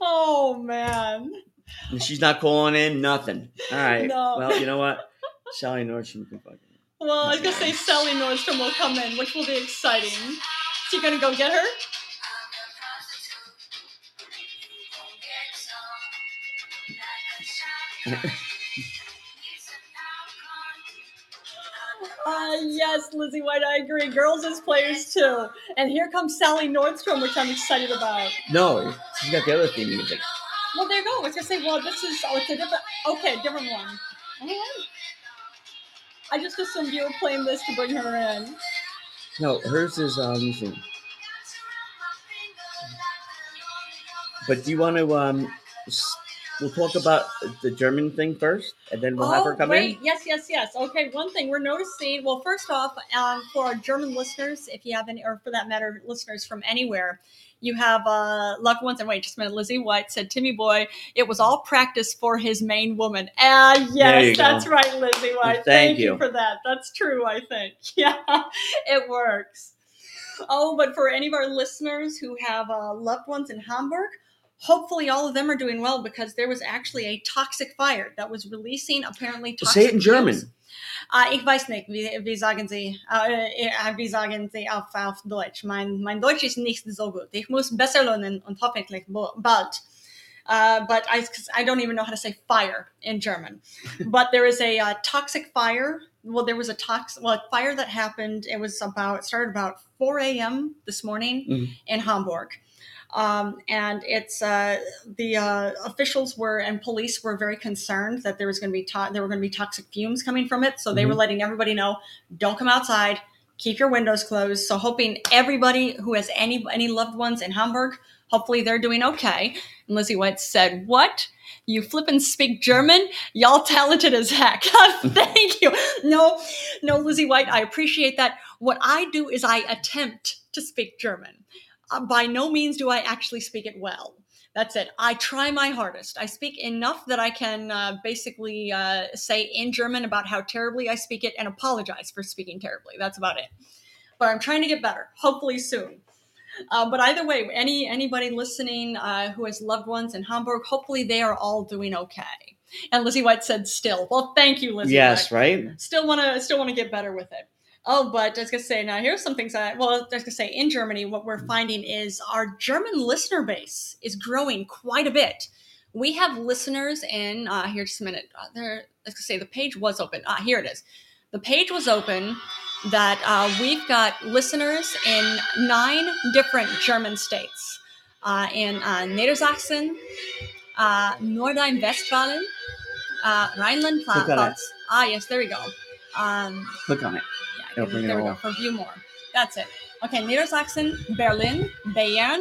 [SPEAKER 2] Oh man.
[SPEAKER 1] And she's not calling in nothing. All right.
[SPEAKER 2] No.
[SPEAKER 1] Well, you know what? Sally Nordstrom can fucking.
[SPEAKER 2] Well, I was gonna say Sally Nordstrom will come in, which will be exciting. So you gonna go get her? Uh, yes, Lizzie White, I agree. Girls as players too. And here comes Sally Nordstrom, which I'm excited about.
[SPEAKER 1] No, she's got the other theme music.
[SPEAKER 2] Well, there you go. I was gonna say, well, this is oh, it's a different. Okay, different one. Anyway, I just assumed you were playing this to bring her in.
[SPEAKER 1] No, hers is um. let me see. But do you want to um? s- We'll talk about the German thing first, and then we'll have her
[SPEAKER 2] Oh,
[SPEAKER 1] come
[SPEAKER 2] wait.
[SPEAKER 1] in.
[SPEAKER 2] Yes, yes, yes. Okay, one thing we're noticing. Well, first off, um, for our German listeners, if you have any, or for that matter, listeners from anywhere, you have uh, loved ones. And wait, just a minute. Lizzie White said, Timmy Boy, it was all practice for his main woman. Ah,
[SPEAKER 1] There you
[SPEAKER 2] yes,
[SPEAKER 1] go.
[SPEAKER 2] that's right, Lizzie White.
[SPEAKER 1] Thank
[SPEAKER 2] you.
[SPEAKER 1] you.
[SPEAKER 2] for that. That's true, I think. Yeah, it works. Oh, but for any of our listeners who have uh, loved ones in Hamburg, hopefully all of them are doing well because there was actually a toxic fire that was releasing apparently toxic
[SPEAKER 1] Say it in German.
[SPEAKER 2] fumes. Uh, ich weiß nicht, wie, wie sagen Sie, uh, wie sagen Sie auf, auf Deutsch. Mein, mein Deutsch ist nicht so gut. Ich muss besser lernen und hoffentlich bo- bald. Uh, but I, 'cause I don't even know how to say fire in German. but there is a uh, toxic fire. Well, there was a toxic well, a fire that happened. It was about, it started about 4 a.m. this morning
[SPEAKER 1] Mhm.
[SPEAKER 2] in Hamburg. Um, and it's uh, the uh, officials were and police were very concerned that there was going to be to- there were going to be toxic fumes coming from it. So they were letting everybody know, don't come outside, keep your windows closed. So hoping everybody who has any any loved ones in Hamburg, hopefully they're doing okay. And Lizzie White said, "What? You flippin' speak German. Y'all talented as heck. Thank you. No, no, Lizzie White, I appreciate that. What I do is I attempt to speak German. Uh, by no means do I actually speak it well. That's it. I try my hardest. I speak enough that I can uh, basically uh, say in German about how terribly I speak it and apologize for speaking terribly. That's about it. But I'm trying to get better, hopefully soon. Uh, but either way, any anybody listening uh, who has loved ones in Hamburg, hopefully they are all doing okay. And Lizzie White said, "Still, well, thank you, Lizzie.
[SPEAKER 1] yes,
[SPEAKER 2] White.
[SPEAKER 1] right?
[SPEAKER 2] still want to still want to get better with it." Oh, but I was gonna say now here's some things I well I was gonna say in Germany what we're finding is our German listener base is growing quite a bit. We have listeners in uh, here just a minute. Uh, there, let's say the page was open. Ah, here it is. The page was open that uh, we've got listeners in nine different German states uh, in uh, Niedersachsen, uh, Nordrhein-Westfalen, uh,
[SPEAKER 1] Click on it.
[SPEAKER 2] Rhineland-Pfalz. Ah, yes, there we go. Um,
[SPEAKER 1] Click on it.
[SPEAKER 2] yeah,
[SPEAKER 1] It'll bring it
[SPEAKER 2] there we
[SPEAKER 1] all.
[SPEAKER 2] go. For a few more. That's it. Okay, Niedersachsen, Berlin, Bayern,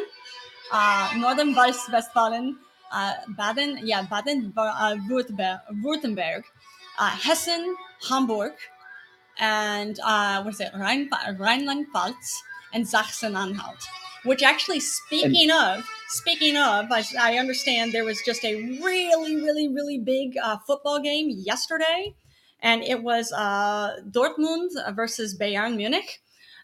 [SPEAKER 2] uh, Northern West- Westfalen, uh, Baden, yeah, Baden, uh, Württemberg, Württemberg uh, Hessen, Hamburg, and uh, what is it, Rhein- Rhineland-Pfalz, and Sachsen-Anhalt. Which actually, speaking of, speaking of, I, I understand there was just a really, really, really big uh, football game yesterday, and it was uh, Dortmund versus Bayern Munich.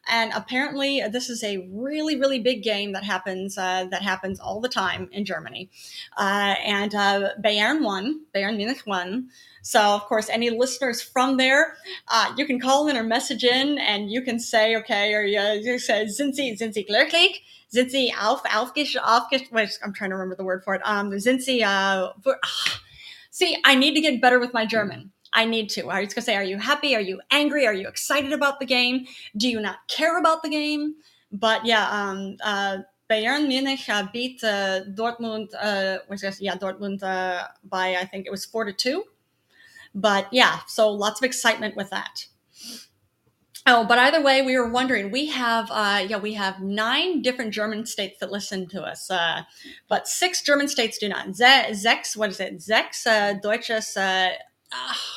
[SPEAKER 2] And apparently, this is a really, really big game that happens uh, that happens all the time in Germany. Uh, and uh, Bayern won. Bayern Munich won. So, of course, any listeners from there, uh, you can call in or message in, and you can say, okay, or you, you say, sind Sie, sind Sie glücklich? Sind Sie auf, aufgesch, aufgesch, wait, I'm trying to remember the word for it. Um, sind Sie, uh, wor- ah. see, I need to get better with my German. I need to. I was going to say, are you happy? Are you angry? Are you excited about the game? Do you not care about the game? But yeah, um, uh, Bayern Munich uh, beat uh, Dortmund. Uh, was it- yeah, Dortmund uh, by I think it was four to two. But yeah, so lots of excitement with that. Oh, but either way, we were wondering. We have uh, yeah, we have nine different German states that listen to us, uh, but six German states do not. Ze- Zex, what is it? Zex uh, Deutsches. Uh, ah.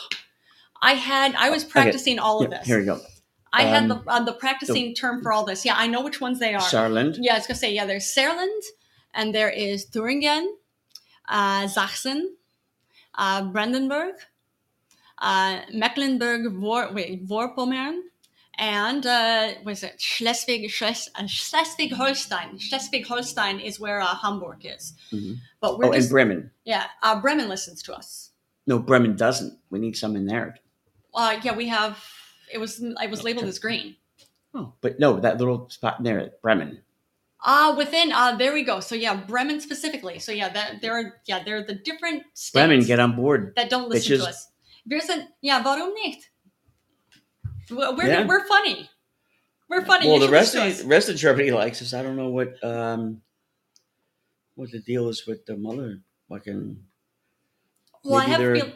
[SPEAKER 2] I had I was practicing all of
[SPEAKER 1] Yeah,
[SPEAKER 2] this.
[SPEAKER 1] here we go.
[SPEAKER 2] I had the
[SPEAKER 1] Um,
[SPEAKER 2] uh, the practicing term for all this. Yeah, I know which ones they are.
[SPEAKER 1] Saarland.
[SPEAKER 2] Yeah, I was gonna say yeah. There's Saarland, and there is Thuringen, uh, Sachsen, uh, Brandenburg, uh, Mecklenburg, Vor- wait, Vorpommern, and uh, was it Schleswig Schles- uh, Schleswig Holstein? Schleswig Holstein is where uh, Hamburg is.
[SPEAKER 1] Mhm.
[SPEAKER 2] But we're
[SPEAKER 1] Oh, and
[SPEAKER 2] just
[SPEAKER 1] Bremen.
[SPEAKER 2] yeah. Uh, Bremen listens to us.
[SPEAKER 1] No, Bremen doesn't. We need some in there.
[SPEAKER 2] Uh, yeah, we have. It was it was labeled as green.
[SPEAKER 1] Oh, but no, that little spot there, Bremen.
[SPEAKER 2] Ah, within ah, there we go. So yeah, Bremen specifically. So yeah, that there are yeah there are the different states
[SPEAKER 1] Bremen, get on board.
[SPEAKER 2] that don't
[SPEAKER 1] Which
[SPEAKER 2] listen
[SPEAKER 1] is-
[SPEAKER 2] to us. Wir sind yeah, warum nicht? We're we're,
[SPEAKER 1] Yeah.
[SPEAKER 2] we're funny. We're funny.
[SPEAKER 1] Well,
[SPEAKER 2] you
[SPEAKER 1] the
[SPEAKER 2] should
[SPEAKER 1] rest
[SPEAKER 2] listen to
[SPEAKER 1] of
[SPEAKER 2] us.
[SPEAKER 1] the rest of Germany likes us. I don't know what um what the deal is with the Mueller fucking.
[SPEAKER 2] well, I
[SPEAKER 1] maybe
[SPEAKER 2] have a
[SPEAKER 1] they're-
[SPEAKER 2] feel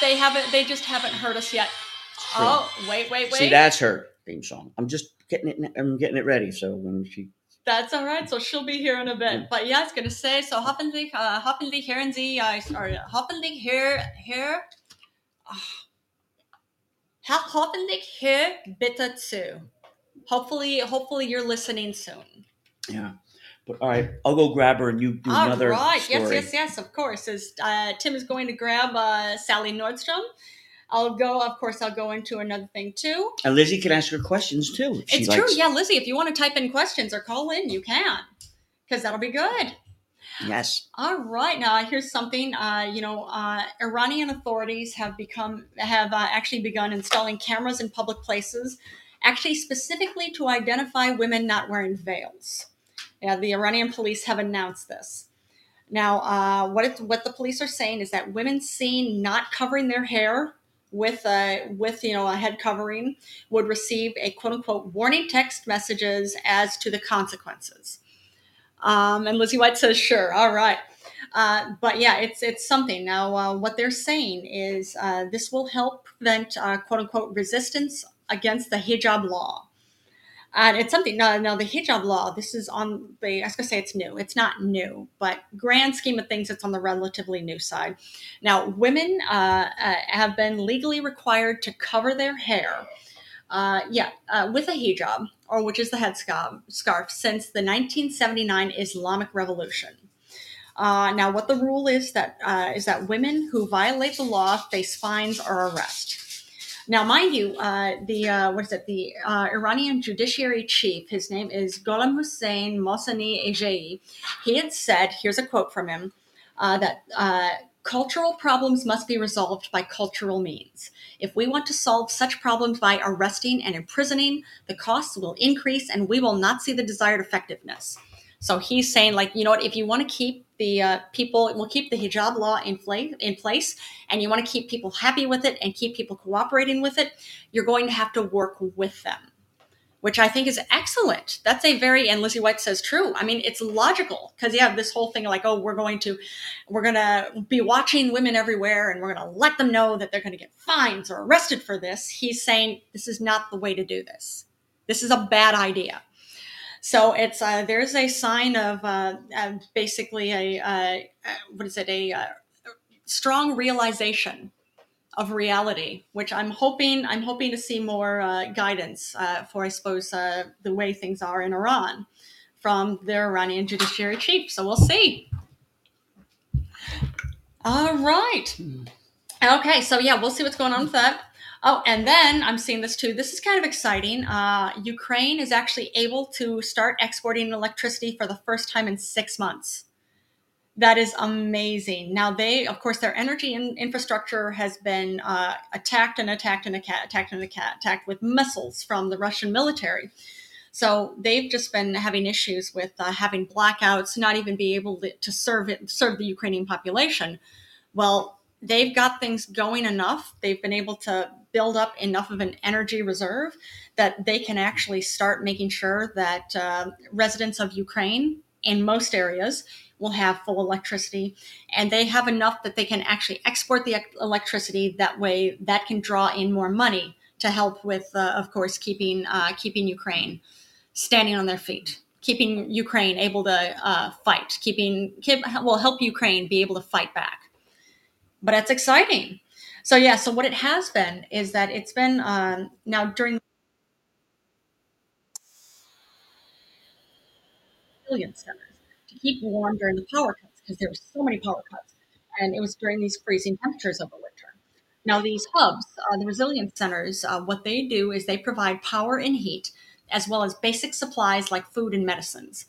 [SPEAKER 2] they haven't they just haven't heard us yet. Oh wait wait wait.
[SPEAKER 1] See, that's her theme song. I'm just getting it. I'm getting it ready. So when she
[SPEAKER 2] That's all right. So she'll be here in a bit.
[SPEAKER 1] Yeah.
[SPEAKER 2] But yeah, I was gonna say. So hoffentlich, uh, hoffentlich hören Sie, uh, or hoffentlich hier, hier, Ah. uh, hoffentlich hier bitte zu. Hopefully, hopefully you're listening soon.
[SPEAKER 1] Yeah. But all right, I'll go grab her and you do
[SPEAKER 2] All
[SPEAKER 1] another
[SPEAKER 2] right.
[SPEAKER 1] story.
[SPEAKER 2] Yes, yes, yes. Of course, is uh, Tim is going to grab uh, Sally Nordstrom. I'll go. Of course, I'll go into another thing too.
[SPEAKER 1] And Lizzie can ask her questions too. if she
[SPEAKER 2] It's
[SPEAKER 1] likes.
[SPEAKER 2] true. Yeah, Lizzie, if you want to type in questions or call in, you can, because that'll be good.
[SPEAKER 1] Yes.
[SPEAKER 2] All right, now here's something. Uh, you know, uh, Iranian authorities have become have uh, actually begun installing cameras in public places, actually specifically to identify women not wearing veils. Yeah, the Iranian police have announced this. Now, uh, what it, what the police are saying is that women seen not covering their hair with a with you know a head covering would receive a quote unquote warning text messages as to the consequences. Um, and Lizzie White says, "Sure, all right." Uh, but yeah, it's it's something. Now, uh, what they're saying is uh, this will help prevent uh, "quote unquote" resistance against the hijab law. and it's something. No, no, the hijab law. This is on the. I was gonna say it's new. It's not new, but grand scheme of things, it's on the relatively new side. Now, women uh, uh, have been legally required to cover their hair. Uh, yeah, uh, with a hijab, or which is the headscarf, scarf, since the 1979 Islamic Revolution. Uh, now, what the rule is that uh, is that women who violate the law face fines or arrest. Now, mind you, uh, the uh, what is it? The uh, Iranian judiciary chief, his name is Gholam Hussein Mohseni Ejei. He had said, here's a quote from him, uh, that uh, cultural problems must be resolved by cultural means. If we want to solve such problems by arresting and imprisoning, the costs will increase, and we will not see the desired effectiveness. So he's saying, like, you know what? If you want to keep the uh, people, we'll keep the hijab law in, fla- in place, and you want to keep people happy with it and keep people cooperating with it, you're going to have to work with them, which I think is excellent. That's a very, and Lizzie White says true. I mean, it's logical because, yeah, this whole thing like, oh, we're going to, we're going to be watching women everywhere and we're going to let them know that they're going to get fines or arrested for this. He's saying this is not the way to do this. This is a bad idea. So it's uh, there's a sign of uh, uh, basically a uh, uh, what is it a uh, strong realization of reality, which I'm hoping I'm hoping to see more uh, guidance uh, for I suppose uh, the way things are in Iran from their Iranian judiciary chief. So we'll see. All right. Okay, so yeah, we'll see what's going on with that. Oh, and then I'm seeing this too. This is kind of exciting. Uh, Ukraine is actually able to start exporting electricity for the first time in six months. That is amazing. Now they, of course, their energy in- infrastructure has been uh, attacked and attacked and aca- attacked and aca- attacked with missiles from the Russian military. So they've just been having issues with uh, having blackouts, not even be able to to serve it, serve the Ukrainian population. Well, they've got things going enough. They've been able to build up enough of an energy reserve that they can actually start making sure that uh, residents of Ukraine in most areas will have full electricity and they have enough that they can actually export the ec- electricity that way that can draw in more money to help with uh, of course keeping uh, keeping Ukraine standing on their feet, keeping Ukraine able to uh, fight, keeping keep, will help Ukraine be able to fight back. But it's exciting. So yeah, so what it has been is that it's been um, now during resilience centers to keep warm during the power cuts because there were so many power cuts, and it was during these freezing temperatures over winter. Now, these hubs, uh, the resilience centers, uh, what they do is they provide power and heat, as well as basic supplies like food and medicines.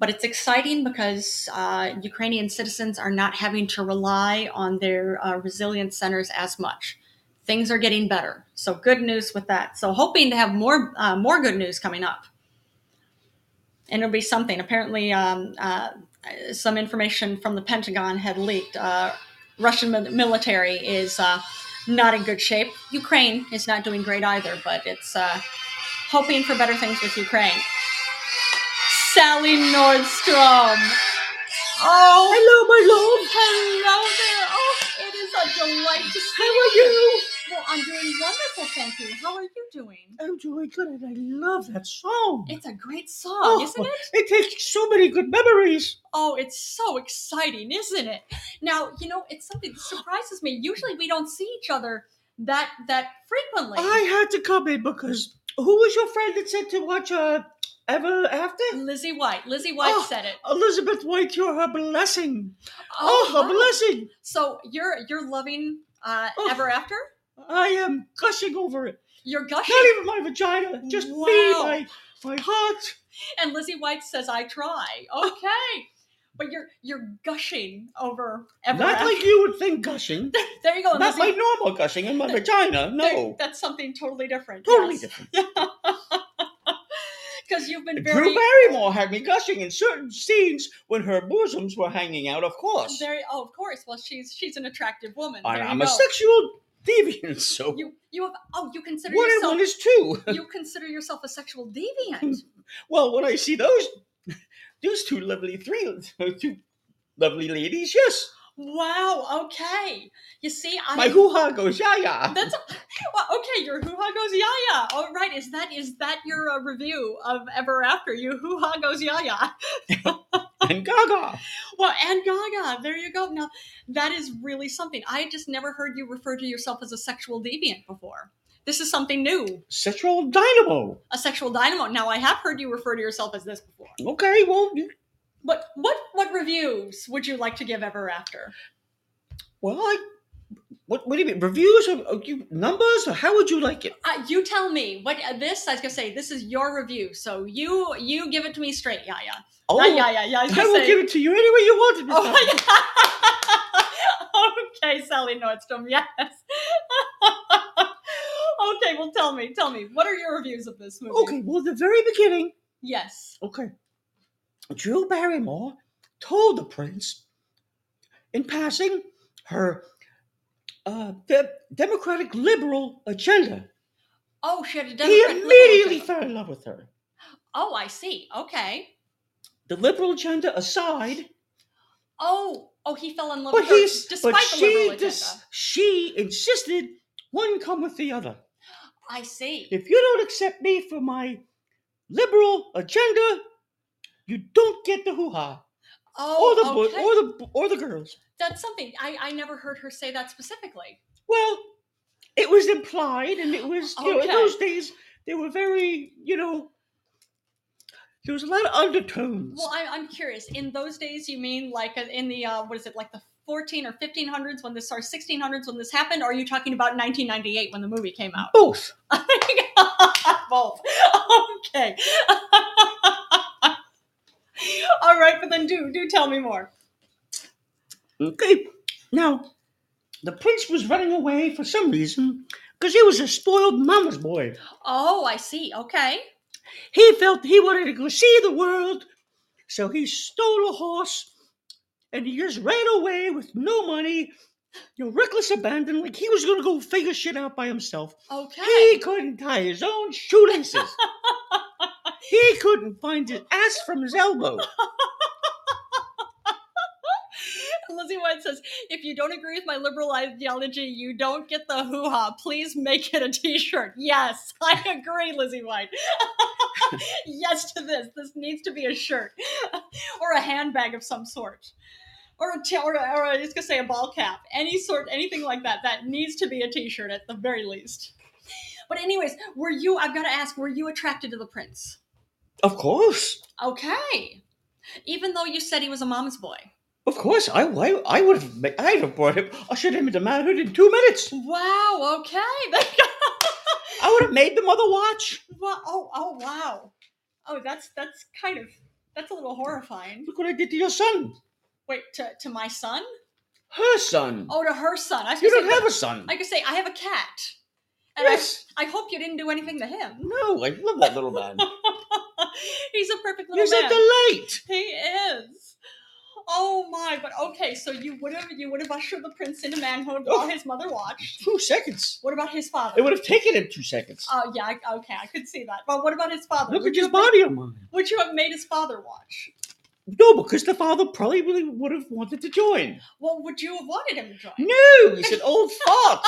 [SPEAKER 2] But it's exciting because uh, Ukrainian citizens are not having to rely on their uh, resilience centers as much. Things are getting better, so good news with that. So hoping to have more uh, more good news coming up and it'll be something. Apparently, um, uh, some information from the Pentagon had leaked. Uh, Russian mil- military is uh, not in good shape. Ukraine is not doing great either, but it's uh, hoping for better things with Ukraine. Sally Nordstrom. Oh, hello, my love. Hello there. Oh, it is a delight to see How are you? Well, I'm doing wonderful, thank you. How are you doing?
[SPEAKER 1] I'm doing good, and I love that song.
[SPEAKER 2] It's a great song,
[SPEAKER 1] Oh,
[SPEAKER 2] isn't it?
[SPEAKER 1] It takes so many good memories.
[SPEAKER 2] Oh, it's so exciting, isn't it? Now, you know, it's something that surprises me. Usually we don't see each other that that frequently.
[SPEAKER 1] I had to come in because who was your friend that said to watch uh, Ever After?
[SPEAKER 2] Lizzie White. Lizzie White
[SPEAKER 1] Oh,
[SPEAKER 2] said it.
[SPEAKER 1] Elizabeth White, you're her blessing. Oh,
[SPEAKER 2] wow.
[SPEAKER 1] her blessing.
[SPEAKER 2] So you're you're loving uh
[SPEAKER 1] Oh.
[SPEAKER 2] Ever After?
[SPEAKER 1] I am gushing over it.
[SPEAKER 2] You're gushing.
[SPEAKER 1] Not even my vagina, just
[SPEAKER 2] Wow.
[SPEAKER 1] me, my, my heart.
[SPEAKER 2] And Lizzie White says I try. Okay. But you're you're gushing over Ever
[SPEAKER 1] Not
[SPEAKER 2] After.
[SPEAKER 1] like you would think gushing.
[SPEAKER 2] there you go,
[SPEAKER 1] Not
[SPEAKER 2] Lizzie.
[SPEAKER 1] my normal gushing in my vagina.
[SPEAKER 2] There-
[SPEAKER 1] No.
[SPEAKER 2] that's something totally different.
[SPEAKER 1] Totally different.
[SPEAKER 2] Because you've been very
[SPEAKER 1] Drew Barrymore had me gushing in certain scenes when her bosoms were hanging out, of course.
[SPEAKER 2] Very. Oh, of course. Well, she's she's an attractive woman.
[SPEAKER 1] I,
[SPEAKER 2] There you
[SPEAKER 1] I'm
[SPEAKER 2] go.
[SPEAKER 1] a sexual deviant, so
[SPEAKER 2] You you have. Oh, you consider
[SPEAKER 1] one and
[SPEAKER 2] yourself.
[SPEAKER 1] one is two.
[SPEAKER 2] you consider yourself a sexual deviant.
[SPEAKER 1] Well, when I see those, those two lovely three, those two lovely ladies, yes,
[SPEAKER 2] Wow. Okay. You see, I.
[SPEAKER 1] My hoo ha goes yah yah.
[SPEAKER 2] That's well, okay. Your hoo ha goes yaya. All right. Is that is that your uh, review of Ever After? You hoo ha goes yaya.
[SPEAKER 1] and gaga.
[SPEAKER 2] Well, and Gaga. There you go. Now that is really something. I had just never heard you refer to yourself as a sexual deviant before. This is something new.
[SPEAKER 1] Sexual dynamo.
[SPEAKER 2] A sexual dynamo. Now I have heard you refer to yourself as this before.
[SPEAKER 1] Okay, well, you-
[SPEAKER 2] But what what reviews would you like to give Ever After?
[SPEAKER 1] well, I, what, what do you mean? Reviews or, or you, numbers? Or how would you like it?
[SPEAKER 2] Uh, you tell me what uh, this. I was gonna say this is your review, so you you give it to me straight, Yaya.
[SPEAKER 1] Oh,
[SPEAKER 2] Not Yaya, yeah. I was
[SPEAKER 1] I
[SPEAKER 2] gonna
[SPEAKER 1] will
[SPEAKER 2] say.
[SPEAKER 1] give it to you any way you want it. Miss
[SPEAKER 2] oh
[SPEAKER 1] Thompson.
[SPEAKER 2] my God. okay, Sally Nordstrom. Yes. okay, well, tell me, tell me, what are your reviews of this movie?
[SPEAKER 1] Okay, well, at the very beginning,
[SPEAKER 2] Yes.
[SPEAKER 1] okay, Drew Barrymore told the prince in passing her uh, de- democratic liberal agenda.
[SPEAKER 2] Oh, she had a
[SPEAKER 1] he
[SPEAKER 2] Democrat.
[SPEAKER 1] immediately fell in love with her.
[SPEAKER 2] Oh, I see. Okay.
[SPEAKER 1] The liberal agenda aside,
[SPEAKER 2] Oh, oh, he fell in love
[SPEAKER 1] but
[SPEAKER 2] with her
[SPEAKER 1] he's
[SPEAKER 2] despite
[SPEAKER 1] but
[SPEAKER 2] the liberal
[SPEAKER 1] she
[SPEAKER 2] agenda.
[SPEAKER 1] dis- she insisted one come with the other.
[SPEAKER 2] I see.
[SPEAKER 1] If you don't accept me for my liberal agenda, you don't get the hoo ha or the
[SPEAKER 2] Oh,
[SPEAKER 1] boy,
[SPEAKER 2] okay.
[SPEAKER 1] or the bo- or the girls.
[SPEAKER 2] that's something I, I never heard her say that specifically.
[SPEAKER 1] Well, it was implied, and it was you know in
[SPEAKER 2] Okay.
[SPEAKER 1] those days they were very you know there was a lot of undertones.
[SPEAKER 2] Well, I, I'm curious. In those days, you mean like uh, in the uh, what is it like the 14 or 1500s when this or 1600s when this happened? Or are you talking about 1998 when the movie came out?
[SPEAKER 1] Both.
[SPEAKER 2] Both. Okay. All right, but then do do tell me more.
[SPEAKER 1] Okay. Now, the prince was running away for some reason because he was a spoiled mama's boy.
[SPEAKER 2] Oh, I see. Okay.
[SPEAKER 1] He felt he wanted to go see the world, so he stole a horse and he just ran away with no money, you know, reckless abandon, like he was gonna go figure shit out by himself.
[SPEAKER 2] Okay.
[SPEAKER 1] He couldn't tie his own shoelaces. he couldn't find his ass from his elbow.
[SPEAKER 2] Lizzie White says, if you don't agree with my liberal ideology, you don't get the hoo ha. Please make it a t shirt. Yes, I agree, Lizzie White. yes to this. This needs to be a shirt or a handbag of some sort. Or a, t- or, a, or a, I was gonna say a ball cap, any sort, anything like that. That needs to be a T-shirt at the very least. But anyways, were you? I've got to ask, were you attracted to the prince?
[SPEAKER 1] Of course.
[SPEAKER 2] Okay, even though you said he was a mama's boy.
[SPEAKER 1] Of course, I, I, I would have ma- I'd have brought him. I should have been to manhood in two minutes.
[SPEAKER 2] Wow. Okay.
[SPEAKER 1] I would have made the mother watch.
[SPEAKER 2] Wow! Oh, oh, wow! Oh, that's that's kind of that's a little horrifying.
[SPEAKER 1] Look what I did to your son.
[SPEAKER 2] Wait, to, to my son?
[SPEAKER 1] Her son.
[SPEAKER 2] Oh, to her son. I was
[SPEAKER 1] you
[SPEAKER 2] gonna
[SPEAKER 1] don't
[SPEAKER 2] say,
[SPEAKER 1] have a son.
[SPEAKER 2] I could say I have a cat, and
[SPEAKER 1] yes.
[SPEAKER 2] I, I hope you didn't do anything to him.
[SPEAKER 1] No, I love that little man.
[SPEAKER 2] He's a perfect little
[SPEAKER 1] He's a
[SPEAKER 2] man.
[SPEAKER 1] delight.
[SPEAKER 2] he is. Oh my! But okay, so you would have you would have ushered the prince into manhood while his mother watched.
[SPEAKER 1] Two seconds.
[SPEAKER 2] What about his father?
[SPEAKER 1] Oh. It would have taken him two seconds.
[SPEAKER 2] Oh yeah, I- okay, I could see that. But what about his father?
[SPEAKER 1] Look
[SPEAKER 2] would
[SPEAKER 1] at
[SPEAKER 2] you
[SPEAKER 1] his
[SPEAKER 2] have made-
[SPEAKER 1] body on mine.
[SPEAKER 2] Would you have made his father watch?
[SPEAKER 1] No, because the father probably really would have wanted to join.
[SPEAKER 2] Well, would you have wanted him to join?
[SPEAKER 1] No, he's an old fart.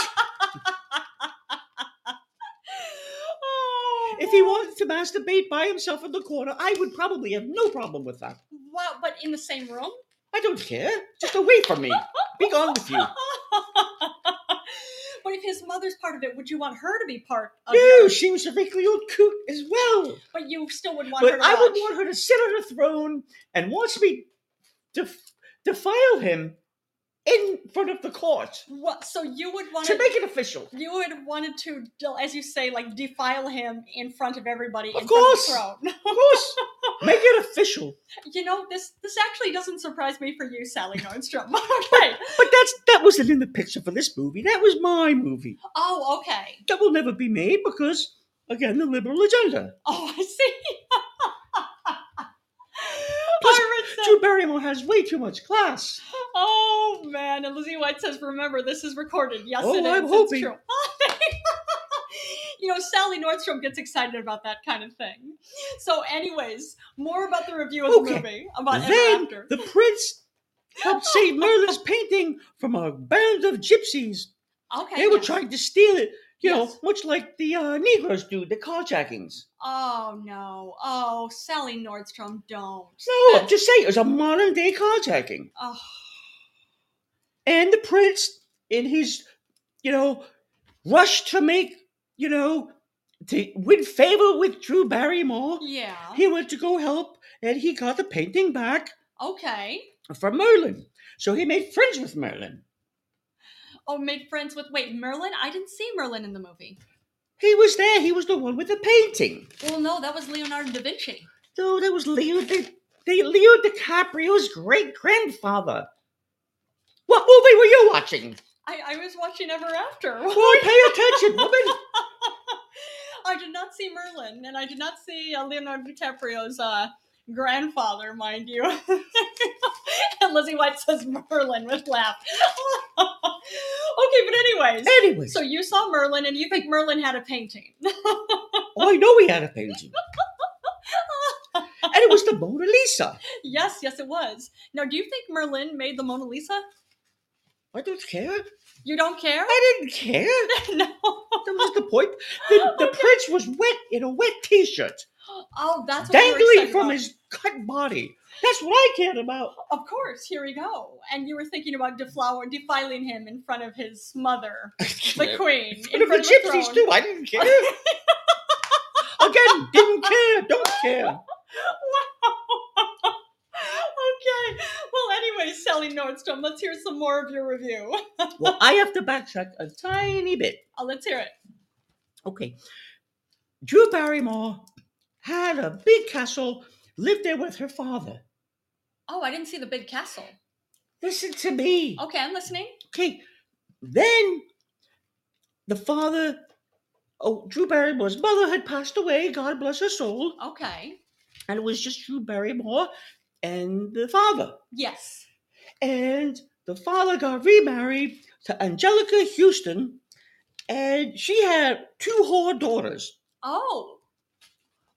[SPEAKER 2] oh,
[SPEAKER 1] if he wanted to masturbate by himself in the corner, I would probably have no problem with that.
[SPEAKER 2] wow! But in the same room.
[SPEAKER 1] I don't care. Just away from me. Be gone with you.
[SPEAKER 2] but if his mother's part of it, would you want her to be part of
[SPEAKER 1] No,
[SPEAKER 2] it?
[SPEAKER 1] she was a regular old coot as well.
[SPEAKER 2] But you still would want her
[SPEAKER 1] But
[SPEAKER 2] to
[SPEAKER 1] I would
[SPEAKER 2] watch.
[SPEAKER 1] want her to sit on her throne and watch me def- defile him in front of the court
[SPEAKER 2] What? So you would want
[SPEAKER 1] to make it official.
[SPEAKER 2] You would wanted to, del- as you say, like defile him in front of everybody.
[SPEAKER 1] Of
[SPEAKER 2] in
[SPEAKER 1] course.
[SPEAKER 2] Front of the throne.
[SPEAKER 1] Of course, make it official.
[SPEAKER 2] You know this. This actually doesn't surprise me for you, Sally Nordstrom. okay.
[SPEAKER 1] But that's that wasn't in the picture for this movie. That was my movie.
[SPEAKER 2] Oh, okay.
[SPEAKER 1] That will never be made because, again, the liberal agenda.
[SPEAKER 2] Oh, I see.
[SPEAKER 1] Plus,
[SPEAKER 2] Iris said-
[SPEAKER 1] Drew Barrymore has way too much class.
[SPEAKER 2] Oh man, and Lizzie White says, "Remember, this is recorded. Yes,
[SPEAKER 1] Oh,
[SPEAKER 2] it is.
[SPEAKER 1] I'm
[SPEAKER 2] It's
[SPEAKER 1] hoping.
[SPEAKER 2] true." you know, Sally Nordstrom gets excited about that kind of thing. So, anyways, more about the review of
[SPEAKER 1] Okay.
[SPEAKER 2] the movie about
[SPEAKER 1] Then-
[SPEAKER 2] Ever After.
[SPEAKER 1] The prince helped save Merlin's painting from a band of gypsies.
[SPEAKER 2] Okay.
[SPEAKER 1] They were
[SPEAKER 2] yes.
[SPEAKER 1] trying to steal it, you know,
[SPEAKER 2] Yes.
[SPEAKER 1] much like the uh, Negroes do, the carjackings.
[SPEAKER 2] Oh no. Oh, Sally Nordstrom, don't.
[SPEAKER 1] No, I'm just saying, it was a modern day carjacking.
[SPEAKER 2] Oh,
[SPEAKER 1] and the prince in his you know rush to make you know to win favor with drew barrymore
[SPEAKER 2] yeah.
[SPEAKER 1] he went to go help and he got the painting back
[SPEAKER 2] Okay.
[SPEAKER 1] from merlin so he made friends with merlin
[SPEAKER 2] Oh, made friends with. Wait, Merlin? I didn't see Merlin in the movie.
[SPEAKER 1] he was there he was the one with the painting
[SPEAKER 2] Well, no, that was Leonardo da Vinci.
[SPEAKER 1] no that was leo Di- Di- leo dicaprio's great grandfather what movie were you watching
[SPEAKER 2] I, I was watching Ever After.
[SPEAKER 1] oh pay attention woman
[SPEAKER 2] I did not see Merlin, and I did not see uh, Leonardo DiCaprio's uh, grandfather, mind you. and Lizzie White says Merlin with laugh. okay, but anyways,
[SPEAKER 1] anyway
[SPEAKER 2] so you saw Merlin, and you think Merlin had a painting.
[SPEAKER 1] oh i know he had a painting and it was the mona lisa
[SPEAKER 2] yes, yes, it was. Now, do you think Merlin made the Mona Lisa?
[SPEAKER 1] I don't care.
[SPEAKER 2] You don't care?
[SPEAKER 1] I didn't care. That
[SPEAKER 2] no.
[SPEAKER 1] was the point. The, the prince was wet in a wet t-shirt,
[SPEAKER 2] Oh, that's what you were
[SPEAKER 1] dangling
[SPEAKER 2] excited
[SPEAKER 1] from
[SPEAKER 2] about.
[SPEAKER 1] his cut body. That's what I cared about.
[SPEAKER 2] Of course, here we go. And you were thinking about deflower defiling him in front of his mother, the queen,
[SPEAKER 1] And the
[SPEAKER 2] throne.
[SPEAKER 1] gypsies too. I didn't care. Again, didn't care. Don't care.
[SPEAKER 2] Wow. okay. Well, anyway, Sally Nordstrom, let's hear some more of your review.
[SPEAKER 1] Well, I have to backtrack a tiny bit.
[SPEAKER 2] Oh, let's hear it.
[SPEAKER 1] Okay. Drew Barrymore had a big castle, lived there with her father.
[SPEAKER 2] Oh, I didn't see the big castle.
[SPEAKER 1] Listen to me.
[SPEAKER 2] Okay, I'm listening.
[SPEAKER 1] Okay, then the father, oh, Drew Barrymore's mother had passed away, God bless her soul,
[SPEAKER 2] Okay.
[SPEAKER 1] and it was just Drew Barrymore and the father.
[SPEAKER 2] Yes.
[SPEAKER 1] And the father got remarried to Angelica Houston, and she had two whore daughters.
[SPEAKER 2] Oh.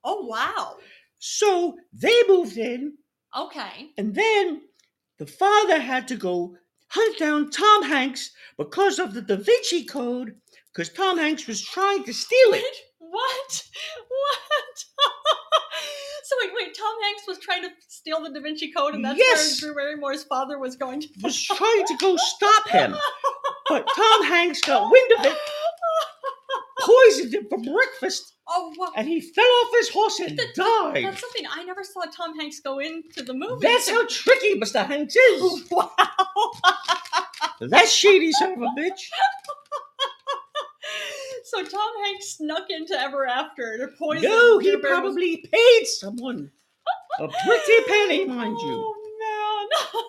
[SPEAKER 2] Oh, wow.
[SPEAKER 1] So they moved in,
[SPEAKER 2] Okay.
[SPEAKER 1] and then the father had to go hunt down Tom Hanks because of the Da Vinci Code, because Tom Hanks was trying to steal it.
[SPEAKER 2] Wait, what? What? so wait, wait. Tom Hanks was trying to steal the Da Vinci Code, and that's
[SPEAKER 1] Yes.
[SPEAKER 2] where Drew Barrymore's father was going to.
[SPEAKER 1] was trying to go stop him, but Tom Hanks got wind of it, poisoned him for breakfast,
[SPEAKER 2] oh, wow.
[SPEAKER 1] and he fell off his horse and died.
[SPEAKER 2] That's something I never saw Tom Hanks go into the movie.
[SPEAKER 1] That's how tricky Mr. Hanks is.
[SPEAKER 2] wow.
[SPEAKER 1] That shady son of a bitch.
[SPEAKER 2] So Tom Hanks snuck into Ever After to poison.
[SPEAKER 1] No, he
[SPEAKER 2] Drew Barrymore's-
[SPEAKER 1] probably paid someone a pretty penny, mind you.
[SPEAKER 2] Oh man!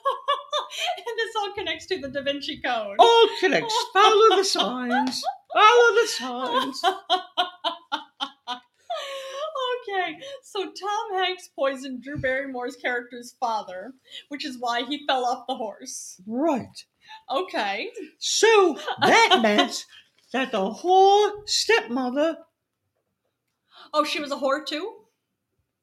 [SPEAKER 2] and this all connects to the Da Vinci Code.
[SPEAKER 1] All connects. Follow the signs. Follow the signs.
[SPEAKER 2] okay, so Tom Hanks poisoned Drew Barrymore's character's father, which is why he fell off the horse.
[SPEAKER 1] Right.
[SPEAKER 2] Okay.
[SPEAKER 1] So that meant that the whore stepmother,
[SPEAKER 2] Oh, she was a whore too.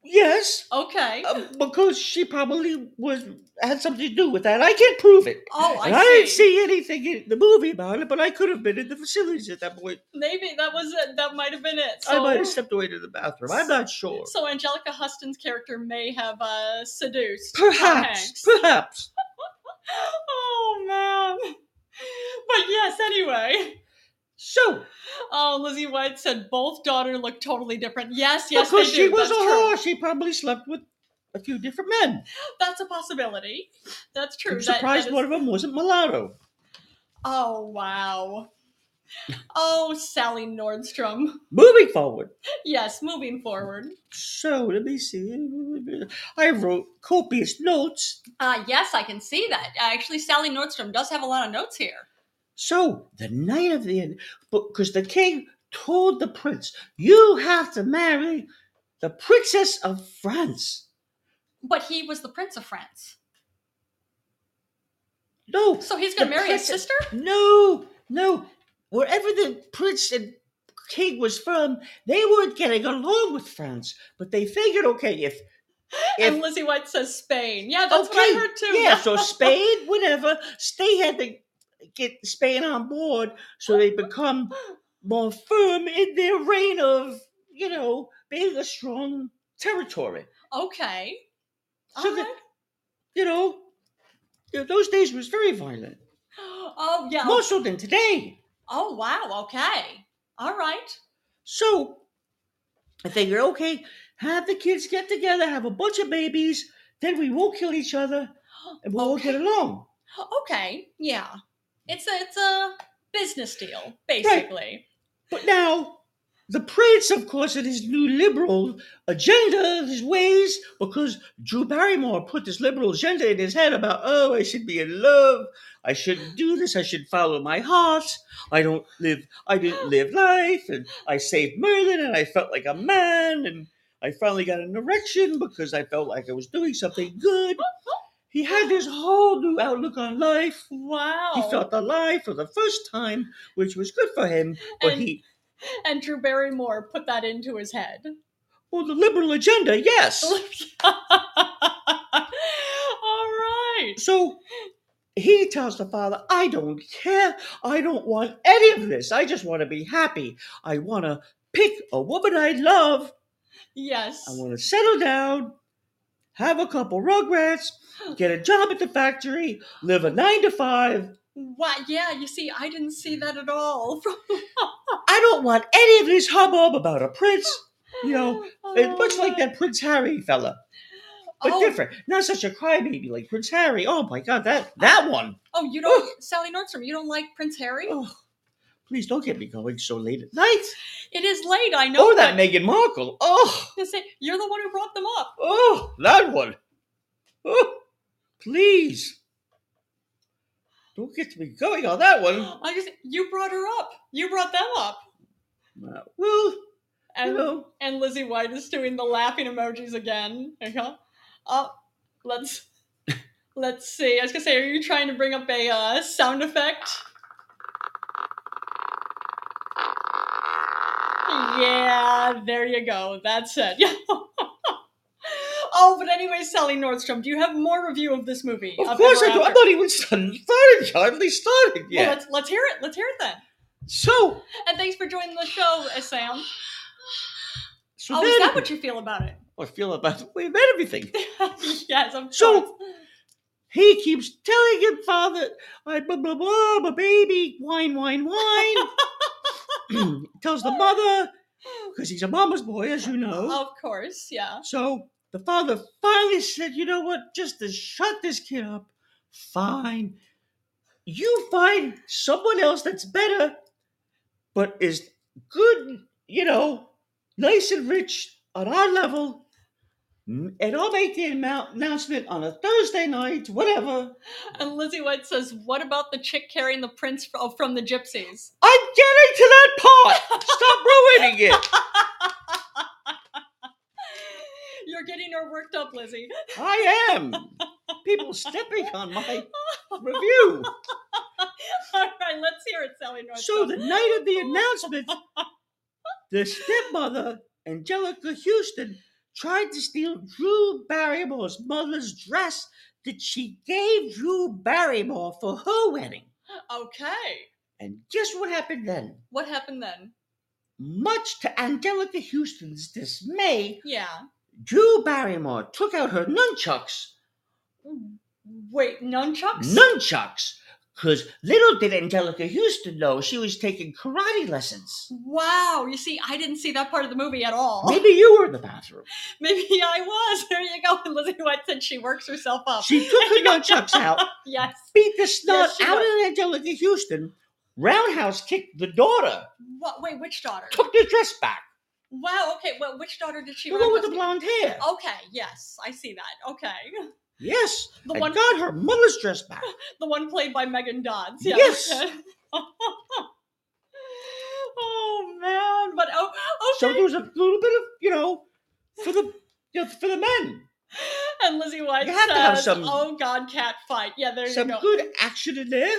[SPEAKER 1] yes,
[SPEAKER 2] Okay.
[SPEAKER 1] Uh, because she probably was had something to do with that. I can't prove it.
[SPEAKER 2] oh, I,
[SPEAKER 1] And I, didn't see anything in the movie about it, but I could have been in the facilities at that point.
[SPEAKER 2] Maybe that was it. That might have been it.
[SPEAKER 1] I
[SPEAKER 2] So-
[SPEAKER 1] might have stepped away to the bathroom. I'm not sure.
[SPEAKER 2] So Angelica Huston's character may have uh, seduced Tom
[SPEAKER 1] Perhaps,
[SPEAKER 2] Hanks.
[SPEAKER 1] perhaps.
[SPEAKER 2] oh man. But yes, anyway.
[SPEAKER 1] So,
[SPEAKER 2] Oh, Lizzie White said both daughter look totally different. Yes, yes,
[SPEAKER 1] because
[SPEAKER 2] they
[SPEAKER 1] she
[SPEAKER 2] do.
[SPEAKER 1] was
[SPEAKER 2] That's
[SPEAKER 1] a
[SPEAKER 2] true.
[SPEAKER 1] whore, she probably slept with a few different men.
[SPEAKER 2] That's a possibility. That's true.
[SPEAKER 1] I'm
[SPEAKER 2] That- that
[SPEAKER 1] surprised
[SPEAKER 2] is-
[SPEAKER 1] one of them wasn't mulatto.
[SPEAKER 2] Oh wow. Oh, Sally Nordstrom.
[SPEAKER 1] Moving forward.
[SPEAKER 2] Yes, moving forward.
[SPEAKER 1] So, let me see. I wrote copious notes.
[SPEAKER 2] Uh, yes, I can see that. Actually, Sally Nordstrom does have a lot of notes here.
[SPEAKER 1] So the night of the because the king told the prince, "You have to marry the princess of France."
[SPEAKER 2] But he was the Prince of France.
[SPEAKER 1] No,
[SPEAKER 2] So he's going to
[SPEAKER 1] The
[SPEAKER 2] marry his
[SPEAKER 1] princess-
[SPEAKER 2] sister?
[SPEAKER 1] no, no. Wherever the prince and king was from, they weren't getting along with France. But they figured, okay, if
[SPEAKER 2] and Lizzie White says Spain. Yeah, that's what I heard too.
[SPEAKER 1] Yeah, so Spade, whatever. They had to get Spain on board so they become more firm in their reign of, you know, being a strong territory.
[SPEAKER 2] okay.
[SPEAKER 1] So
[SPEAKER 2] All
[SPEAKER 1] the-
[SPEAKER 2] right.
[SPEAKER 1] You know, you know, those days was very violent.
[SPEAKER 2] Oh yeah.
[SPEAKER 1] More so than today.
[SPEAKER 2] Oh wow. Okay. All right.
[SPEAKER 1] So I figured, okay, have the kids get together, have a bunch of babies, then we won't kill each other and we'll all get along.
[SPEAKER 2] Okay. Yeah. It's a it's a business deal basically.
[SPEAKER 1] But now, the prince, of course, in his new liberal agenda, his ways, because Drew Barrymore put this liberal agenda in his head about, oh, I should be in love, I shouldn't do this, I should follow my heart, I don't live, I didn't live life, and I saved Merlin, and I felt like a man, and I finally got an erection because I felt like I was doing something good. He had this whole new outlook on life.
[SPEAKER 2] Wow.
[SPEAKER 1] He felt alive for the first time, which was good for him, but
[SPEAKER 2] And-
[SPEAKER 1] he
[SPEAKER 2] and Drew Barrymore put that into his head.
[SPEAKER 1] Well, the liberal agenda, yes.
[SPEAKER 2] All right.
[SPEAKER 1] So he tells the father, I don't care. I don't want any of this. I just want to be happy. I want to pick a woman I love.
[SPEAKER 2] Yes.
[SPEAKER 1] I want to settle down, have a couple rugrats, get a job at the factory, live a nine to five.
[SPEAKER 2] Wow. Yeah. You see, I didn't see that at all.
[SPEAKER 1] I don't want any of this hubbub about a prince. You know, It's much like that Prince Harry fella, but
[SPEAKER 2] oh,
[SPEAKER 1] different. Not such a crybaby like Prince Harry. Oh my God, that that one.
[SPEAKER 2] Oh, you don't, Sally Nordstrom. You don't like Prince Harry?
[SPEAKER 1] Oh, please don't get me going so late at night.
[SPEAKER 2] It is late. I know.
[SPEAKER 1] Oh, that
[SPEAKER 2] but-
[SPEAKER 1] Meghan Markle. Oh,
[SPEAKER 2] You say- You're the one who brought them up.
[SPEAKER 1] oh, that one. Oh, please. Don't get me going on that one.
[SPEAKER 2] I just you brought her up. You brought them up.
[SPEAKER 1] Uh, Well, you
[SPEAKER 2] And
[SPEAKER 1] know,
[SPEAKER 2] and Lizzie White is doing the laughing emojis again. Okay. Uh, let's let's see. I was gonna say, are you trying to bring up a uh, sound effect? Yeah, there you go. That's it. Yeah. oh, but anyway, Sally Nordstrom, do you have more review of this movie?
[SPEAKER 1] of
[SPEAKER 2] Up
[SPEAKER 1] course
[SPEAKER 2] Ever
[SPEAKER 1] I do. I'm
[SPEAKER 2] After?
[SPEAKER 1] not even started. Hardly started
[SPEAKER 2] Well,
[SPEAKER 1] yet.
[SPEAKER 2] let's let's hear it. Let's hear it then.
[SPEAKER 1] So,
[SPEAKER 2] And thanks for joining the show, uh, Sam.
[SPEAKER 1] so
[SPEAKER 2] Oh,
[SPEAKER 1] then,
[SPEAKER 2] is that what you feel about it?
[SPEAKER 1] I feel about the way about everything.
[SPEAKER 2] yes, I'm
[SPEAKER 1] So-
[SPEAKER 2] sure.
[SPEAKER 1] He keeps telling him, Father, I blah blah blah, my baby, wine, wine, wine. Tells the mother, because he's a mama's boy, as you know.
[SPEAKER 2] Of course, yeah.
[SPEAKER 1] So the father finally said, You know what? Just to shut this kid up, fine. You find someone else that's better, but is good, you know, nice and rich on our level. Mm, And I'll make the amou- announcement on a Thursday night, whatever.
[SPEAKER 2] And Lizzie White says, "What about the chick carrying the prince fr- oh, from the gypsies?"
[SPEAKER 1] I'm getting to that part. Stop ruining it.
[SPEAKER 2] You're getting her worked up, Lizzie.
[SPEAKER 1] I am. People stepping on my review.
[SPEAKER 2] All right, let's hear it, Sally North.
[SPEAKER 1] So the night of the announcement, the stepmother, Angelica Houston, tried to steal Drew Barrymore's mother's dress that she gave Drew Barrymore for her wedding.
[SPEAKER 2] okay,
[SPEAKER 1] And guess what happened then?
[SPEAKER 2] what happened then?
[SPEAKER 1] Much to Angelica Houston's dismay,
[SPEAKER 2] Yeah.
[SPEAKER 1] Drew Barrymore took out her nunchucks
[SPEAKER 2] Wait, nunchucks.
[SPEAKER 1] nunchucks. Because little did Angelica Houston know she was taking karate lessons.
[SPEAKER 2] Wow, you see, I didn't see that part of the movie at all.
[SPEAKER 1] Maybe you were in the bathroom.
[SPEAKER 2] Maybe I was. There you go. And Lizzie White said she works herself up.
[SPEAKER 1] She took her nunchucks out,
[SPEAKER 2] yes.
[SPEAKER 1] beat the snot
[SPEAKER 2] Yes, she
[SPEAKER 1] out of Angelica Houston, roundhouse kicked the daughter,
[SPEAKER 2] What? Wait, which daughter?
[SPEAKER 1] took the dress back.
[SPEAKER 2] Wow. Okay. Well, which daughter did she?
[SPEAKER 1] The one with
[SPEAKER 2] roundhouse
[SPEAKER 1] the
[SPEAKER 2] kick?
[SPEAKER 1] blonde hair.
[SPEAKER 2] Okay, yes, I see that. Okay.
[SPEAKER 1] Yes,
[SPEAKER 2] The
[SPEAKER 1] and
[SPEAKER 2] one
[SPEAKER 1] got her mother's dress back.
[SPEAKER 2] the one played by Megan Dodds. Yeah.
[SPEAKER 1] Yes.
[SPEAKER 2] okay. oh man, but oh
[SPEAKER 1] So
[SPEAKER 2] okay.
[SPEAKER 1] there was a little bit of, you know, for the you know, for the men,
[SPEAKER 2] and Lizzie White
[SPEAKER 1] You have to have
[SPEAKER 2] says,
[SPEAKER 1] some-
[SPEAKER 2] "Oh God, cat fight." Yeah, there
[SPEAKER 1] some
[SPEAKER 2] you go.
[SPEAKER 1] good action in there.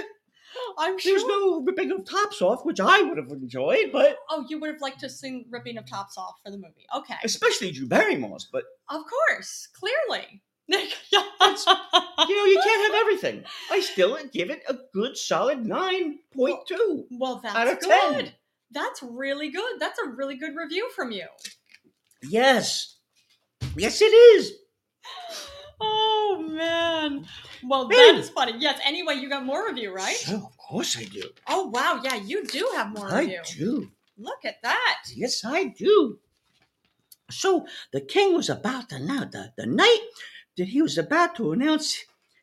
[SPEAKER 2] I'm sure.
[SPEAKER 1] There's no ripping of tops off, which I would have enjoyed, but
[SPEAKER 2] oh, you would have liked to sing "Ripping of Tops Off" for the movie. Okay,
[SPEAKER 1] especially Drew Barrymore's. But
[SPEAKER 2] of course, clearly.
[SPEAKER 1] you know, you can't have everything. I still give it a good solid nine point two.
[SPEAKER 2] well, that's
[SPEAKER 1] Out of
[SPEAKER 2] good.
[SPEAKER 1] 10.
[SPEAKER 2] That's really good. That's a really good review from you.
[SPEAKER 1] Yes, yes, it is.
[SPEAKER 2] Oh man. Well,
[SPEAKER 1] Man.
[SPEAKER 2] that's funny. Yes. Anyway, you got more review, right?
[SPEAKER 1] So, of course I do.
[SPEAKER 2] Oh wow. Yeah, you do have more
[SPEAKER 1] I
[SPEAKER 2] review.
[SPEAKER 1] do.
[SPEAKER 2] Look at that.
[SPEAKER 1] Yes, I do. So the king was about to now the, the night that he was about to announce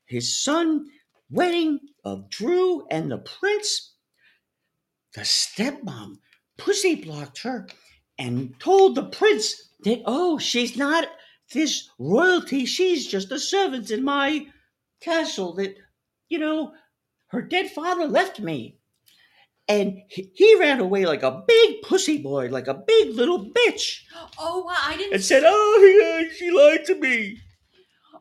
[SPEAKER 1] his son wedding of Drew and the prince. The stepmom pussy blocked her and told the prince that oh she's not this royalty, she's just a servant in my castle that you know her dead father left me and he, he ran away like a big pussy boy, like a big little bitch,
[SPEAKER 2] Oh wow. I didn't.
[SPEAKER 1] and said, "Oh, yeah, she lied to me.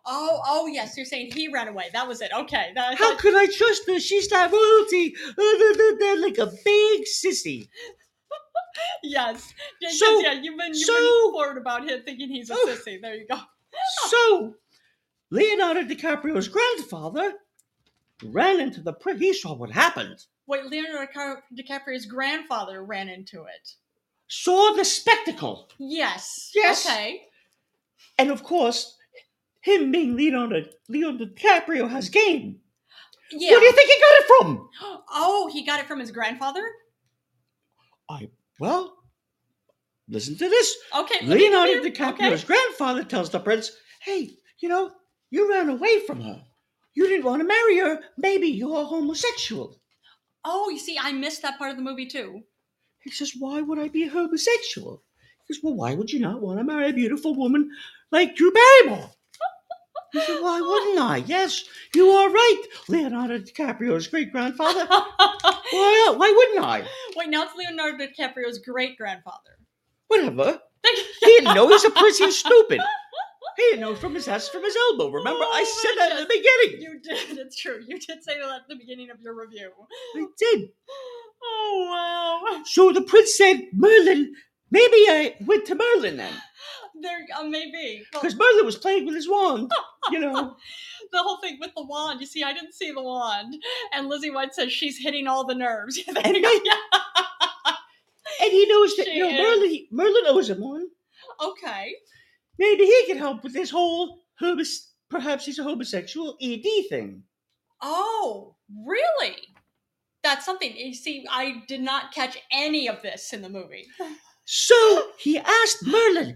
[SPEAKER 2] Oh oh yes. You're saying he ran away. That was it. Okay. That,
[SPEAKER 1] How could I trust her? She's not royalty." Uh, Like a big sissy.
[SPEAKER 2] yes. Yeah, yes,
[SPEAKER 1] So-
[SPEAKER 2] yeah. You've been you've
[SPEAKER 1] so-
[SPEAKER 2] been forward about him thinking he's a
[SPEAKER 1] Oh.
[SPEAKER 2] sissy. There you go.
[SPEAKER 1] So Leonardo DiCaprio's grandfather ran into the prince. He saw what happened,
[SPEAKER 2] Wait, Leonardo Dica- DiCaprio's grandfather ran into it.
[SPEAKER 1] saw the spectacle.
[SPEAKER 2] Yes.
[SPEAKER 1] Yes.
[SPEAKER 2] Okay.
[SPEAKER 1] And of course, him being Leonardo, Leonardo DiCaprio has game.
[SPEAKER 2] Yeah.
[SPEAKER 1] Where do you think he got it from?
[SPEAKER 2] Oh, he got it from his grandfather.
[SPEAKER 1] Well, listen to this.
[SPEAKER 2] Okay. look at
[SPEAKER 1] Leonardo
[SPEAKER 2] him here.
[SPEAKER 1] DiCaprio's grandfather tells the prince, hey, you know, you ran away from her. You didn't want to marry her. Maybe you're homosexual.
[SPEAKER 2] Oh, you see, I missed that part of the movie too.
[SPEAKER 1] He says, why would I be homosexual? He says, well, why would you not want to marry a beautiful woman like Drew Barrymore? He said, why wouldn't I? Yes, you are right, Leonardo DiCaprio's great grandfather. Why, uh, why wouldn't I?
[SPEAKER 2] Wait, now it's Leonardo DiCaprio's great grandfather.
[SPEAKER 1] Whatever. He didn't know he's a prince. He's stupid. He didn't know from his ass from his elbow. Remember, I
[SPEAKER 2] Oh,
[SPEAKER 1] said
[SPEAKER 2] my
[SPEAKER 1] that in the beginning.
[SPEAKER 2] You did. It's true. You did say that at the beginning of your review.
[SPEAKER 1] I did.
[SPEAKER 2] Oh wow.
[SPEAKER 1] So the prince said, Merlin, maybe I went to Merlin then.
[SPEAKER 2] There uh, maybe. Well,
[SPEAKER 1] Because Merlin was playing with his wand. You know,
[SPEAKER 2] the whole thing with the wand. You see, I didn't see the wand. And Lizzie White says she's hitting all the nerves. There you go. yeah.
[SPEAKER 1] and he knows that you know Merlin.
[SPEAKER 2] She
[SPEAKER 1] Merlin owes him one.
[SPEAKER 2] Okay.
[SPEAKER 1] Maybe he can help with this whole homos- perhaps he's a homosexual ED thing.
[SPEAKER 2] Oh, really? That's something. You see, I did not catch any of this in the movie.
[SPEAKER 1] So he asked Merlin,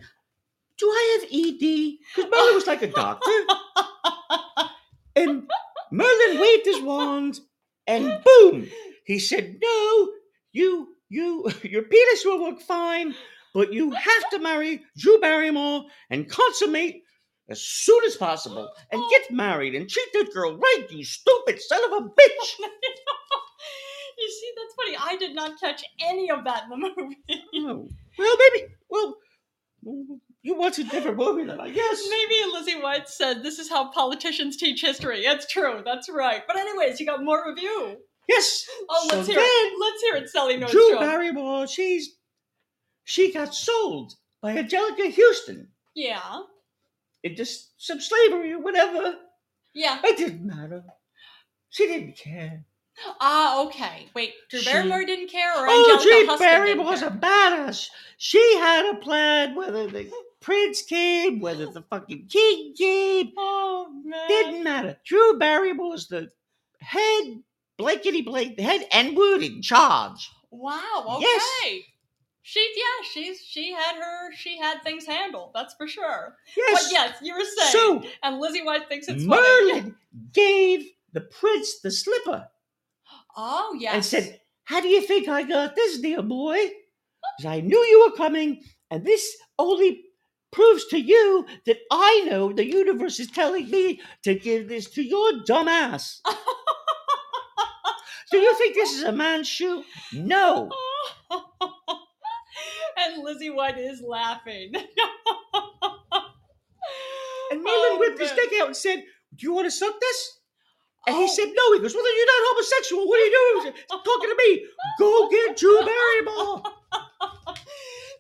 [SPEAKER 1] "Do I have ED?" Because Merlin was like a doctor, and Merlin waved his wand, and boom, he said, "No, you, you, your penis will work fine, but you have to marry Drew Barrymore and consummate." As soon as possible, and get married and treat that girl right, you stupid son of a bitch!
[SPEAKER 2] you see, that's funny. I did not catch any of that in the movie.
[SPEAKER 1] Oh, well, maybe, well, you watch a different movie than I guess.
[SPEAKER 2] Maybe Lizzie White said this is how politicians teach history. It's true. That's right. But anyways, you got more review.
[SPEAKER 1] Yes.
[SPEAKER 2] Oh, let's
[SPEAKER 1] So
[SPEAKER 2] hear it.
[SPEAKER 1] then,
[SPEAKER 2] Let's hear it, Sally
[SPEAKER 1] Drew
[SPEAKER 2] Nordstrom.
[SPEAKER 1] Barrymore, she's she got sold by Angelica Houston
[SPEAKER 2] Yeah.
[SPEAKER 1] into s- some slavery or whatever.
[SPEAKER 2] Yeah.
[SPEAKER 1] It didn't matter. She didn't care.
[SPEAKER 2] Ah, okay. Wait, Drew
[SPEAKER 1] She-
[SPEAKER 2] Barrymore didn't care, or
[SPEAKER 1] oh,
[SPEAKER 2] Angelica
[SPEAKER 1] Drew
[SPEAKER 2] Huston didn't
[SPEAKER 1] Barrymore's
[SPEAKER 2] care?
[SPEAKER 1] a badass. She had a plan whether the prince came, whether the fucking king came.
[SPEAKER 2] Oh man.
[SPEAKER 1] Didn't matter. Drew Barrymore's the head, blankety blank, the head and word in charge.
[SPEAKER 2] Wow. Okay.
[SPEAKER 1] Yes.
[SPEAKER 2] She yeah, she's she had her she had things handled. That's for sure.
[SPEAKER 1] Yes.
[SPEAKER 2] But yes, you were saying,
[SPEAKER 1] so
[SPEAKER 2] and Lizzie White thinks it's funny.
[SPEAKER 1] Merlin gave the prince the slipper
[SPEAKER 2] Oh yes.
[SPEAKER 1] and said, How do you think I got this, dear boy? 'Cause I knew you were coming, and this only proves to you that I know the universe is telling me to give this to your dumb ass. do you think this is a man's shoe? No.
[SPEAKER 2] and Lizzie White is laughing.
[SPEAKER 1] And Merlin
[SPEAKER 2] Oh,
[SPEAKER 1] whipped his
[SPEAKER 2] man.
[SPEAKER 1] dick out and said, Do you want to suck this? And
[SPEAKER 2] Oh.
[SPEAKER 1] he said no. He goes, well, then you're not homosexual. What are you doing? He's Talking to me. Go get Drew Barrymore.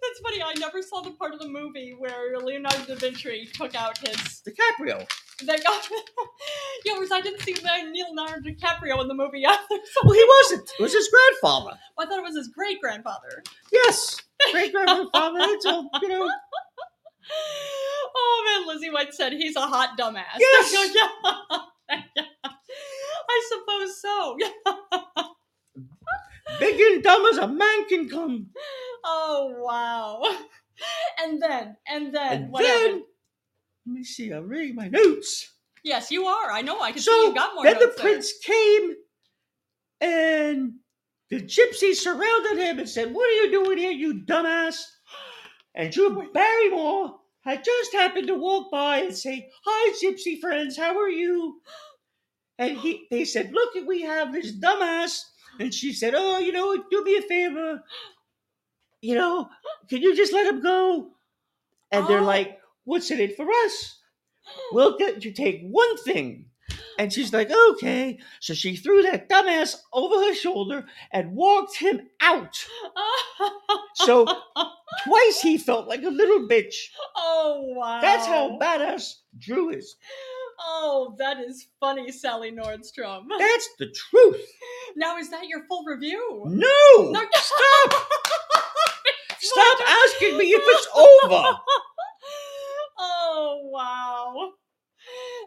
[SPEAKER 2] That's funny. I never saw the part of the movie where Leonardo da Vinci took out his.
[SPEAKER 1] DiCaprio.
[SPEAKER 2] That got. yeah, whereas I didn't see Leonardo DiCaprio in the movie either. So
[SPEAKER 1] Well, he wasn't. It was his grandfather.
[SPEAKER 2] I thought it was his great grandfather.
[SPEAKER 1] Yes. Great grandfather. It's a, you know,
[SPEAKER 2] Oh man, Lizzie White said he's a hot dumbass.
[SPEAKER 1] Yes.
[SPEAKER 2] yeah. I suppose so. Yeah.
[SPEAKER 1] big and dumb as a man can come.
[SPEAKER 2] Oh wow. And then, and then,
[SPEAKER 1] And
[SPEAKER 2] what
[SPEAKER 1] then,
[SPEAKER 2] happened?
[SPEAKER 1] let me see, I'm reading my notes.
[SPEAKER 2] Yes, you are. I know. I can see
[SPEAKER 1] So,
[SPEAKER 2] you got more.
[SPEAKER 1] then the
[SPEAKER 2] notes there.
[SPEAKER 1] prince came and the gypsies surrounded him and said, What are you doing here, you dumbass? And Drew Barrymore had just happened to walk by and say, Hi, gypsy friends, how are you? And he, they said, Look, we have this dumbass. And she said, Oh, you know what? Do me a favor. You know, can you just let him go? And they're
[SPEAKER 2] Oh.
[SPEAKER 1] like, What's in it for us? We'll get you take one thing. And she's like, okay. So she threw that dumbass over her shoulder and walked him out. So twice he felt like a little bitch.
[SPEAKER 2] oh wow.
[SPEAKER 1] That's how badass Drew is.
[SPEAKER 2] Oh, that is funny, Sally Nordstrom.
[SPEAKER 1] That's the truth.
[SPEAKER 2] Now is that your full review?
[SPEAKER 1] No!
[SPEAKER 2] No.
[SPEAKER 1] Stop! Stop asking me if it's over!
[SPEAKER 2] Oh wow.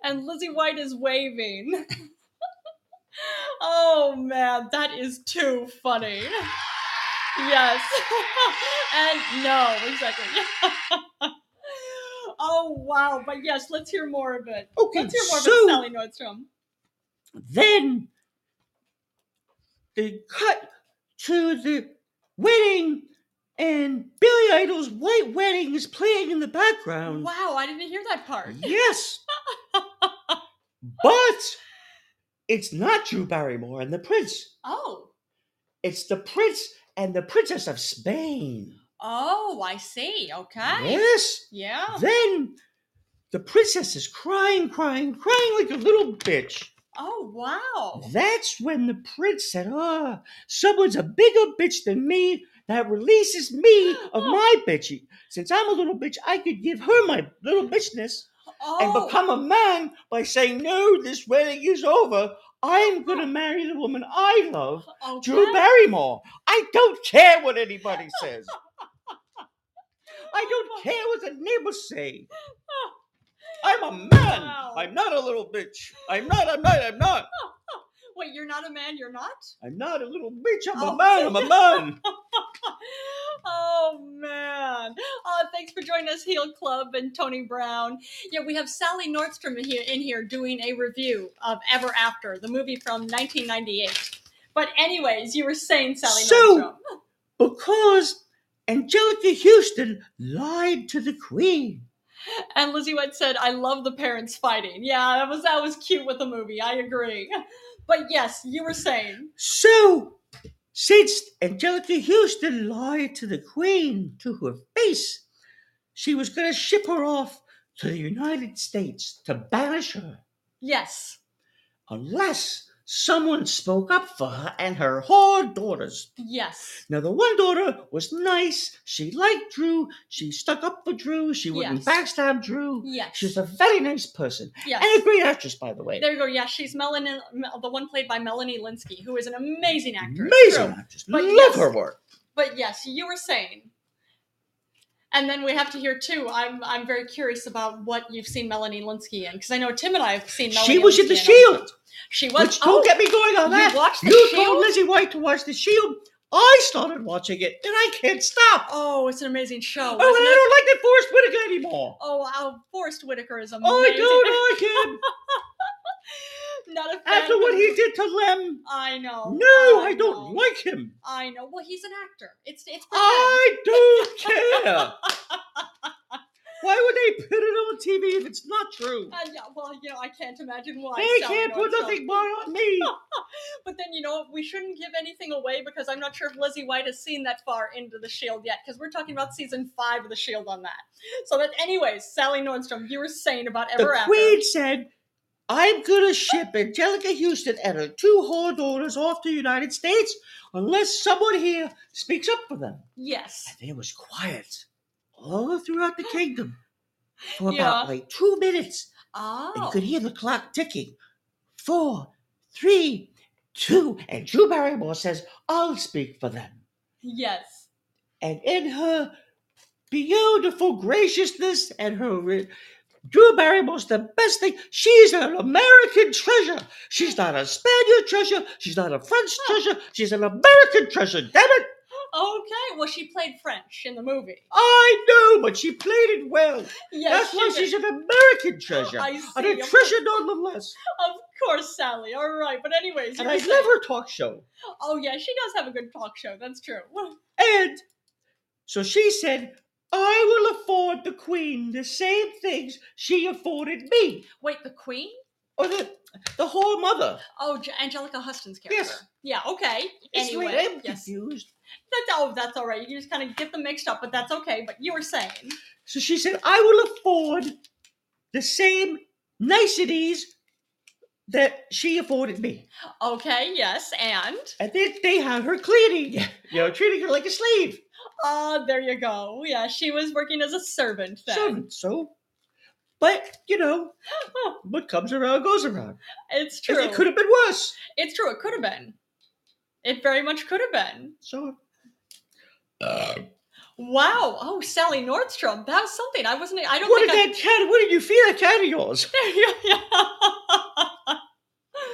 [SPEAKER 2] And Lizzie White is waving. oh man, that is too funny. Yes. and no, exactly. oh wow, but yes, let's hear more of it.
[SPEAKER 1] Okay,
[SPEAKER 2] Let's hear more
[SPEAKER 1] so
[SPEAKER 2] of it, Sally Nordstrom.
[SPEAKER 1] then they cut to the wedding, and Billy Idol's White Wedding is playing in the background.
[SPEAKER 2] Wow, I didn't hear that
[SPEAKER 1] Mm.
[SPEAKER 2] part.
[SPEAKER 1] Yes. but it's not Drew Barrymore and the prince.
[SPEAKER 2] Oh.
[SPEAKER 1] It's the prince and the princess of Spain.
[SPEAKER 2] Oh, I see. Okay.
[SPEAKER 1] Yes.
[SPEAKER 2] Yeah.
[SPEAKER 1] Then the princess is crying, crying, crying like a little bitch.
[SPEAKER 2] Oh, wow.
[SPEAKER 1] That's when the prince said, Ah, someone's a bigger bitch than me that releases me of my bitchy. Since I'm a little bitch, I could give her my little bitchness. and
[SPEAKER 2] Oh.
[SPEAKER 1] become a man by saying, No, this wedding is over. I'm going to marry the woman I love,
[SPEAKER 2] Oh,
[SPEAKER 1] Drew
[SPEAKER 2] okay.
[SPEAKER 1] Barrymore. I don't care what anybody says. I don't care what the neighbors say. I'm a man.
[SPEAKER 2] Oh. Wow.
[SPEAKER 1] I'm not a little bitch. I'm not, I'm not, I'm not.
[SPEAKER 2] Wait, you're not a man, you're not?
[SPEAKER 1] I'm not a little bitch. I'm
[SPEAKER 2] Oh.
[SPEAKER 1] a man. I'm a man.
[SPEAKER 2] oh man. Uh, thanks for joining us, Heel Club and Tony Brown. Yeah, we have Sally Nordstrom in here, in here doing a review of Ever After, the movie from 1998. But, anyways, you were saying Sally
[SPEAKER 1] So-
[SPEAKER 2] Nordstrom.
[SPEAKER 1] Because Angelica Houston lied to the queen.
[SPEAKER 2] And Lizzie White said, I love the parents fighting. Yeah, that was that was cute with the movie. I agree. But yes, you were saying.
[SPEAKER 1] So, since Angelica Houston lied to the Queen to her face, she was going to ship her off to the United States to banish her
[SPEAKER 2] Yes.
[SPEAKER 1] unless someone spoke up for her and her whore daughters.
[SPEAKER 2] Yes.
[SPEAKER 1] Now, the one daughter was nice. She liked Drew. She stuck up for Drew. She wouldn't
[SPEAKER 2] Yes.
[SPEAKER 1] backstab Drew.
[SPEAKER 2] Yes.
[SPEAKER 1] She was a very nice person
[SPEAKER 2] yes.
[SPEAKER 1] and a great actress, by the way.
[SPEAKER 2] There you go. Yeah, she's Melanie, Mel- the one played by Melanie Linsky, who is an amazing actress.
[SPEAKER 1] Amazing
[SPEAKER 2] True.
[SPEAKER 1] actress.
[SPEAKER 2] But
[SPEAKER 1] Love
[SPEAKER 2] yes,
[SPEAKER 1] her work.
[SPEAKER 2] But yes, you were saying. And then we have to hear too. I'm I'm very curious about what you've seen Melanie Linsky in because I know Tim and I have seen. Melanie
[SPEAKER 1] She was in
[SPEAKER 2] Linsky
[SPEAKER 1] The
[SPEAKER 2] other
[SPEAKER 1] Shield.
[SPEAKER 2] stuff. She was. Oh,
[SPEAKER 1] Which, don't get me going on
[SPEAKER 2] you
[SPEAKER 1] that.
[SPEAKER 2] watched The
[SPEAKER 1] you
[SPEAKER 2] Shield?
[SPEAKER 1] told Lizzie White to watch The Shield. I started watching it, and I can't stop.
[SPEAKER 2] Oh, it's an amazing show.
[SPEAKER 1] Oh, and
[SPEAKER 2] wasn't it?
[SPEAKER 1] I don't like that Forrest Whitaker anymore.
[SPEAKER 2] Oh, wow, Forrest Whitaker is amazing.
[SPEAKER 1] Oh, I don't like him.
[SPEAKER 2] Not a fan
[SPEAKER 1] After what
[SPEAKER 2] of-
[SPEAKER 1] he did to Lem,
[SPEAKER 2] I know.
[SPEAKER 1] no, I don't
[SPEAKER 2] know.
[SPEAKER 1] like him.
[SPEAKER 2] I know. Well, he's an actor. It's it's. pretend.
[SPEAKER 1] I don't care. Why would they put it on TV if it's not true?
[SPEAKER 2] Uh, yeah, well, you know, I can't imagine why.
[SPEAKER 1] They
[SPEAKER 2] Sally Oh,
[SPEAKER 1] can't put
[SPEAKER 2] Nordstrom-
[SPEAKER 1] nothing more on me.
[SPEAKER 2] But then, you know, what, we shouldn't give anything away because I'm not sure if Lizzie White has seen that far into The Shield E yet because we're talking about season five of The Shield on that. So that, anyways, Sally Nordstrom, you were saying about Ever
[SPEAKER 1] The
[SPEAKER 2] After.
[SPEAKER 1] Queen said, I'm going to ship Angelica Houston and her two whore daughters off to the United States unless someone here speaks up for them.
[SPEAKER 2] Yes.
[SPEAKER 1] And it was quiet all throughout the kingdom for about
[SPEAKER 2] Yeah.
[SPEAKER 1] like two minutes. And you
[SPEAKER 2] Oh.
[SPEAKER 1] could hear the clock ticking. Four, three, two. And Drew Barrymore says, I'll speak for them.
[SPEAKER 2] Yes.
[SPEAKER 1] and in her beautiful graciousness and her re- Drew Barrymore's the best thing. She's an American treasure. She's not a Spaniard treasure. She's not a French treasure. She's an American treasure. Damn it!
[SPEAKER 2] Okay. Well, she played French in the movie.
[SPEAKER 1] I know, but she played it well.
[SPEAKER 2] Yes.
[SPEAKER 1] That's why
[SPEAKER 2] she
[SPEAKER 1] she's
[SPEAKER 2] did.
[SPEAKER 1] an American treasure.
[SPEAKER 2] I
[SPEAKER 1] And
[SPEAKER 2] see.
[SPEAKER 1] a
[SPEAKER 2] Of
[SPEAKER 1] treasure nonetheless.
[SPEAKER 2] of course, Sally. All right. But anyways,
[SPEAKER 1] And
[SPEAKER 2] you
[SPEAKER 1] I
[SPEAKER 2] were
[SPEAKER 1] love
[SPEAKER 2] saying-
[SPEAKER 1] her talk show.
[SPEAKER 2] Oh yeah, she does have a good talk show. That's true. Well,
[SPEAKER 1] And so she said, I will afford the queen the same things she afforded me.
[SPEAKER 2] Wait, the Queen?
[SPEAKER 1] Or Oh, the the whole mother.
[SPEAKER 2] Oh, J- Angelica Huston's character.
[SPEAKER 1] Yes.
[SPEAKER 2] Yeah. Okay.
[SPEAKER 1] It's
[SPEAKER 2] Anyway,
[SPEAKER 1] weird, I'm
[SPEAKER 2] yes.
[SPEAKER 1] confused.
[SPEAKER 2] That's oh, that's all right. You just kind of get them mixed up, but that's okay. But you were saying.
[SPEAKER 1] So she said, I will afford the same niceties that she afforded me.
[SPEAKER 2] Okay. Yes. And
[SPEAKER 1] And then they had her cleaning, you know, treating her like a slave.
[SPEAKER 2] ah, there you go. Yeah, she was working as a servant
[SPEAKER 1] So,
[SPEAKER 2] then.
[SPEAKER 1] so but you know, what comes around goes around.
[SPEAKER 2] It's
[SPEAKER 1] It-
[SPEAKER 2] Oh. true.
[SPEAKER 1] It could have been worse.
[SPEAKER 2] It's true. It could have been. It very much could have been.
[SPEAKER 1] So Uh,
[SPEAKER 2] Wow. Oh, Sally Nordstrom. That was something. I wasn't. I don't
[SPEAKER 1] what
[SPEAKER 2] think
[SPEAKER 1] did
[SPEAKER 2] I.
[SPEAKER 1] that cat what did you feed that cat of yours?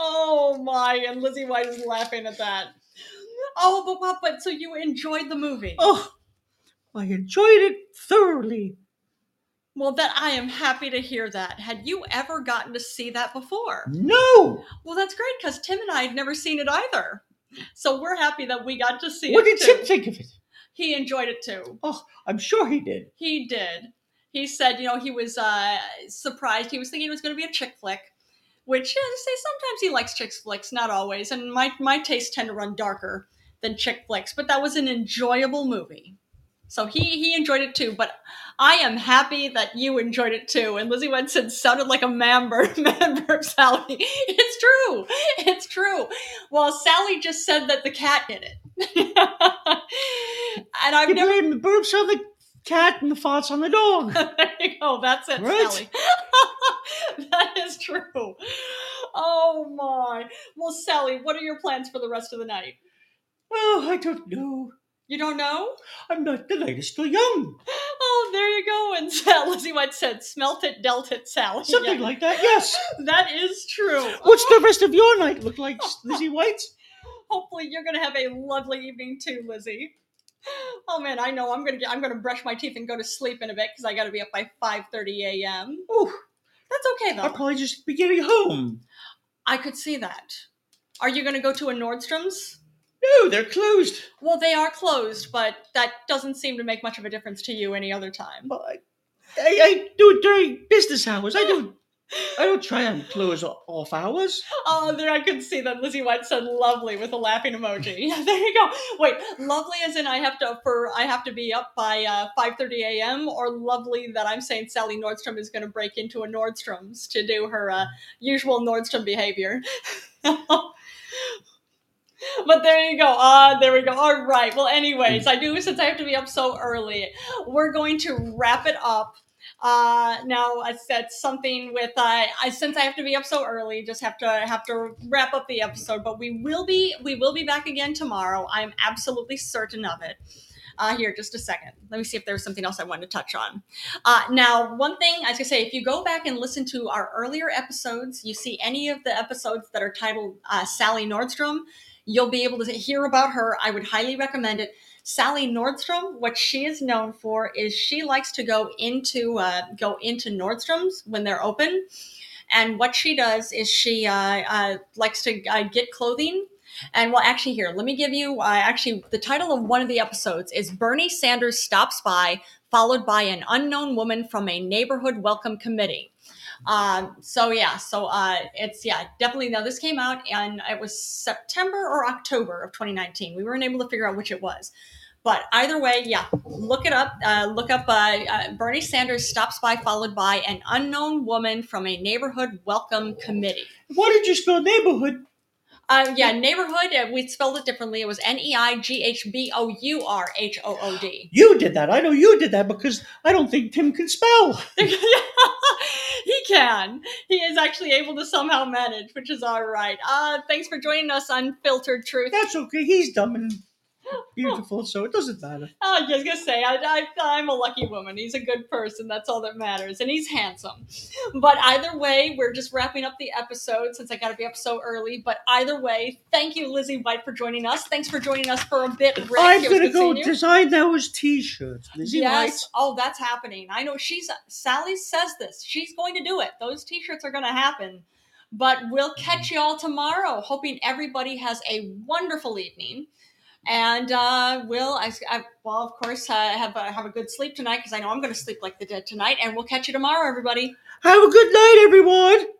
[SPEAKER 2] oh my! And Lizzie White is laughing at that. Oh, but but, but so you enjoyed the movie?
[SPEAKER 1] Oh I enjoyed it thoroughly.
[SPEAKER 2] Well, that I am happy to hear that. Had you ever gotten to see that before?
[SPEAKER 1] No!
[SPEAKER 2] Well, that's great because Tim and I had never seen it either. So we're happy that we got to see
[SPEAKER 1] What
[SPEAKER 2] it.
[SPEAKER 1] did
[SPEAKER 2] too.
[SPEAKER 1] Tim think of it?
[SPEAKER 2] He enjoyed it too.
[SPEAKER 1] I'm sure he did.
[SPEAKER 2] He did. He said, you know, he was uh, surprised. He was thinking it was going to be a chick flick, which yeah, I say sometimes he likes chick flicks, not always. And my my tastes tend to run darker than chick flicks, but that was an enjoyable movie. So he he enjoyed it too. But I am happy that you enjoyed it too. And Lizzie Wenson sounded like a member member of Sally. It's true. It's true. Well, Sally just said that the cat did it. and I've
[SPEAKER 1] You
[SPEAKER 2] never
[SPEAKER 1] blame the burps on the cat and the farts on the dog.
[SPEAKER 2] there you go. That's it,
[SPEAKER 1] Right?
[SPEAKER 2] Sally. that is true. Oh my. Well, Sally, what are your plans for the rest of the night?
[SPEAKER 1] Well, I don't know.
[SPEAKER 2] You don't know?
[SPEAKER 1] I'm not the night is still young.
[SPEAKER 2] Oh, there you go. And Sal, Lizzie White said, "Smelt it, dealt it, Sally."
[SPEAKER 1] Something
[SPEAKER 2] Yeah,
[SPEAKER 1] like that, yes.
[SPEAKER 2] that is true.
[SPEAKER 1] What's the rest of your night look like, Lizzie White?
[SPEAKER 2] Hopefully, you're gonna have a lovely evening too, Lizzie. Oh man, I know. I'm gonna get. I'm gonna brush my teeth and go to sleep in a bit because I got to be up by 5:30 a.m.
[SPEAKER 1] Oh,
[SPEAKER 2] That's okay though.
[SPEAKER 1] I'll probably just be getting home.
[SPEAKER 2] I could see that. Are you gonna go to a Nordstrom's?
[SPEAKER 1] No, they're closed.
[SPEAKER 2] Well, they are closed, but that doesn't seem to make much of a difference to you any other time.
[SPEAKER 1] But I, I, I do it during business hours. I don't. I don't try and close o- off hours.
[SPEAKER 2] Oh, there I could see that Lizzie White said "lovely" with a laughing emoji. Yeah, there you go. Wait, lovely as in I have to for I have to be up by uh, five thirty a.m. or lovely that I'm saying Sally Nordstrom is going to break into a Nordstrom's to do her uh, usual Nordstrom behavior. But there you go. Ah, there we go. All right. Well, anyways, I do since I have to be up so early. We're going to wrap it up. Uh, now I said something with uh, I since I have to be up so early, just have to have to wrap up the episode. But we will be we will be back again tomorrow. I'm absolutely certain of it. Uh, here, just a second. Let me see if there was something else I wanted to touch on. Uh, now, one thing I was gonna say, if you go back and listen to our earlier episodes, you see any of the episodes that are titled uh, Sally Nordstrom, you'll be able to hear about her. I would highly recommend it. Sally Nordstrom, what she is known for is she likes to go into uh, go into Nordstrom's when they're open, and what she does is she uh, uh, likes to uh, get clothing. And well, actually, here let me give you. Uh, actually, the title of one of the episodes is Bernie Sanders stops by, followed by an unknown woman from a neighborhood welcome committee. Um, so yeah, so uh, it's yeah, definitely. Now this came out and it was September or October of 2019. We weren't able to figure out which it was, But either way, yeah, look it up. Uh, look up uh, uh, Bernie Sanders stops by, followed by an unknown woman from a neighborhood welcome committee.
[SPEAKER 1] Why did you spell neighborhood?
[SPEAKER 2] Uh, yeah, neighborhood, uh, we spelled it differently. It was N E I G H B O U R H O O D.
[SPEAKER 1] You did that. I know you did that because I don't think Tim can spell.
[SPEAKER 2] he can. He is actually able to somehow manage, which is all right. Uh, thanks for joining us on Filtered Truth.
[SPEAKER 1] That's okay. He's dumb and beautiful, so it doesn't matter.
[SPEAKER 2] Oh, I was gonna say, I, I, I'm a lucky woman. He's a good person. That's all that matters, and he's handsome. But either way, we're just wrapping up the episode since I got to be up so early. But either way, thank you, Lizzie White, for joining us. Thanks for joining us for a bit. Rick.
[SPEAKER 1] I'm
[SPEAKER 2] It was
[SPEAKER 1] gonna
[SPEAKER 2] good seeing
[SPEAKER 1] go
[SPEAKER 2] you.
[SPEAKER 1] design those t-shirts. Lizzie
[SPEAKER 2] Yes. Oh, that's happening. I know she's Sally says this. She's going to do it. Those t-shirts are going to happen. But we'll catch you all tomorrow. Hoping everybody has a wonderful evening. And uh, we'll, I, I, well, of course, uh, have a, have a good sleep tonight because I know I'm going to sleep like the dead tonight. And we'll catch you tomorrow, everybody.
[SPEAKER 1] White. Have a good night, everyone.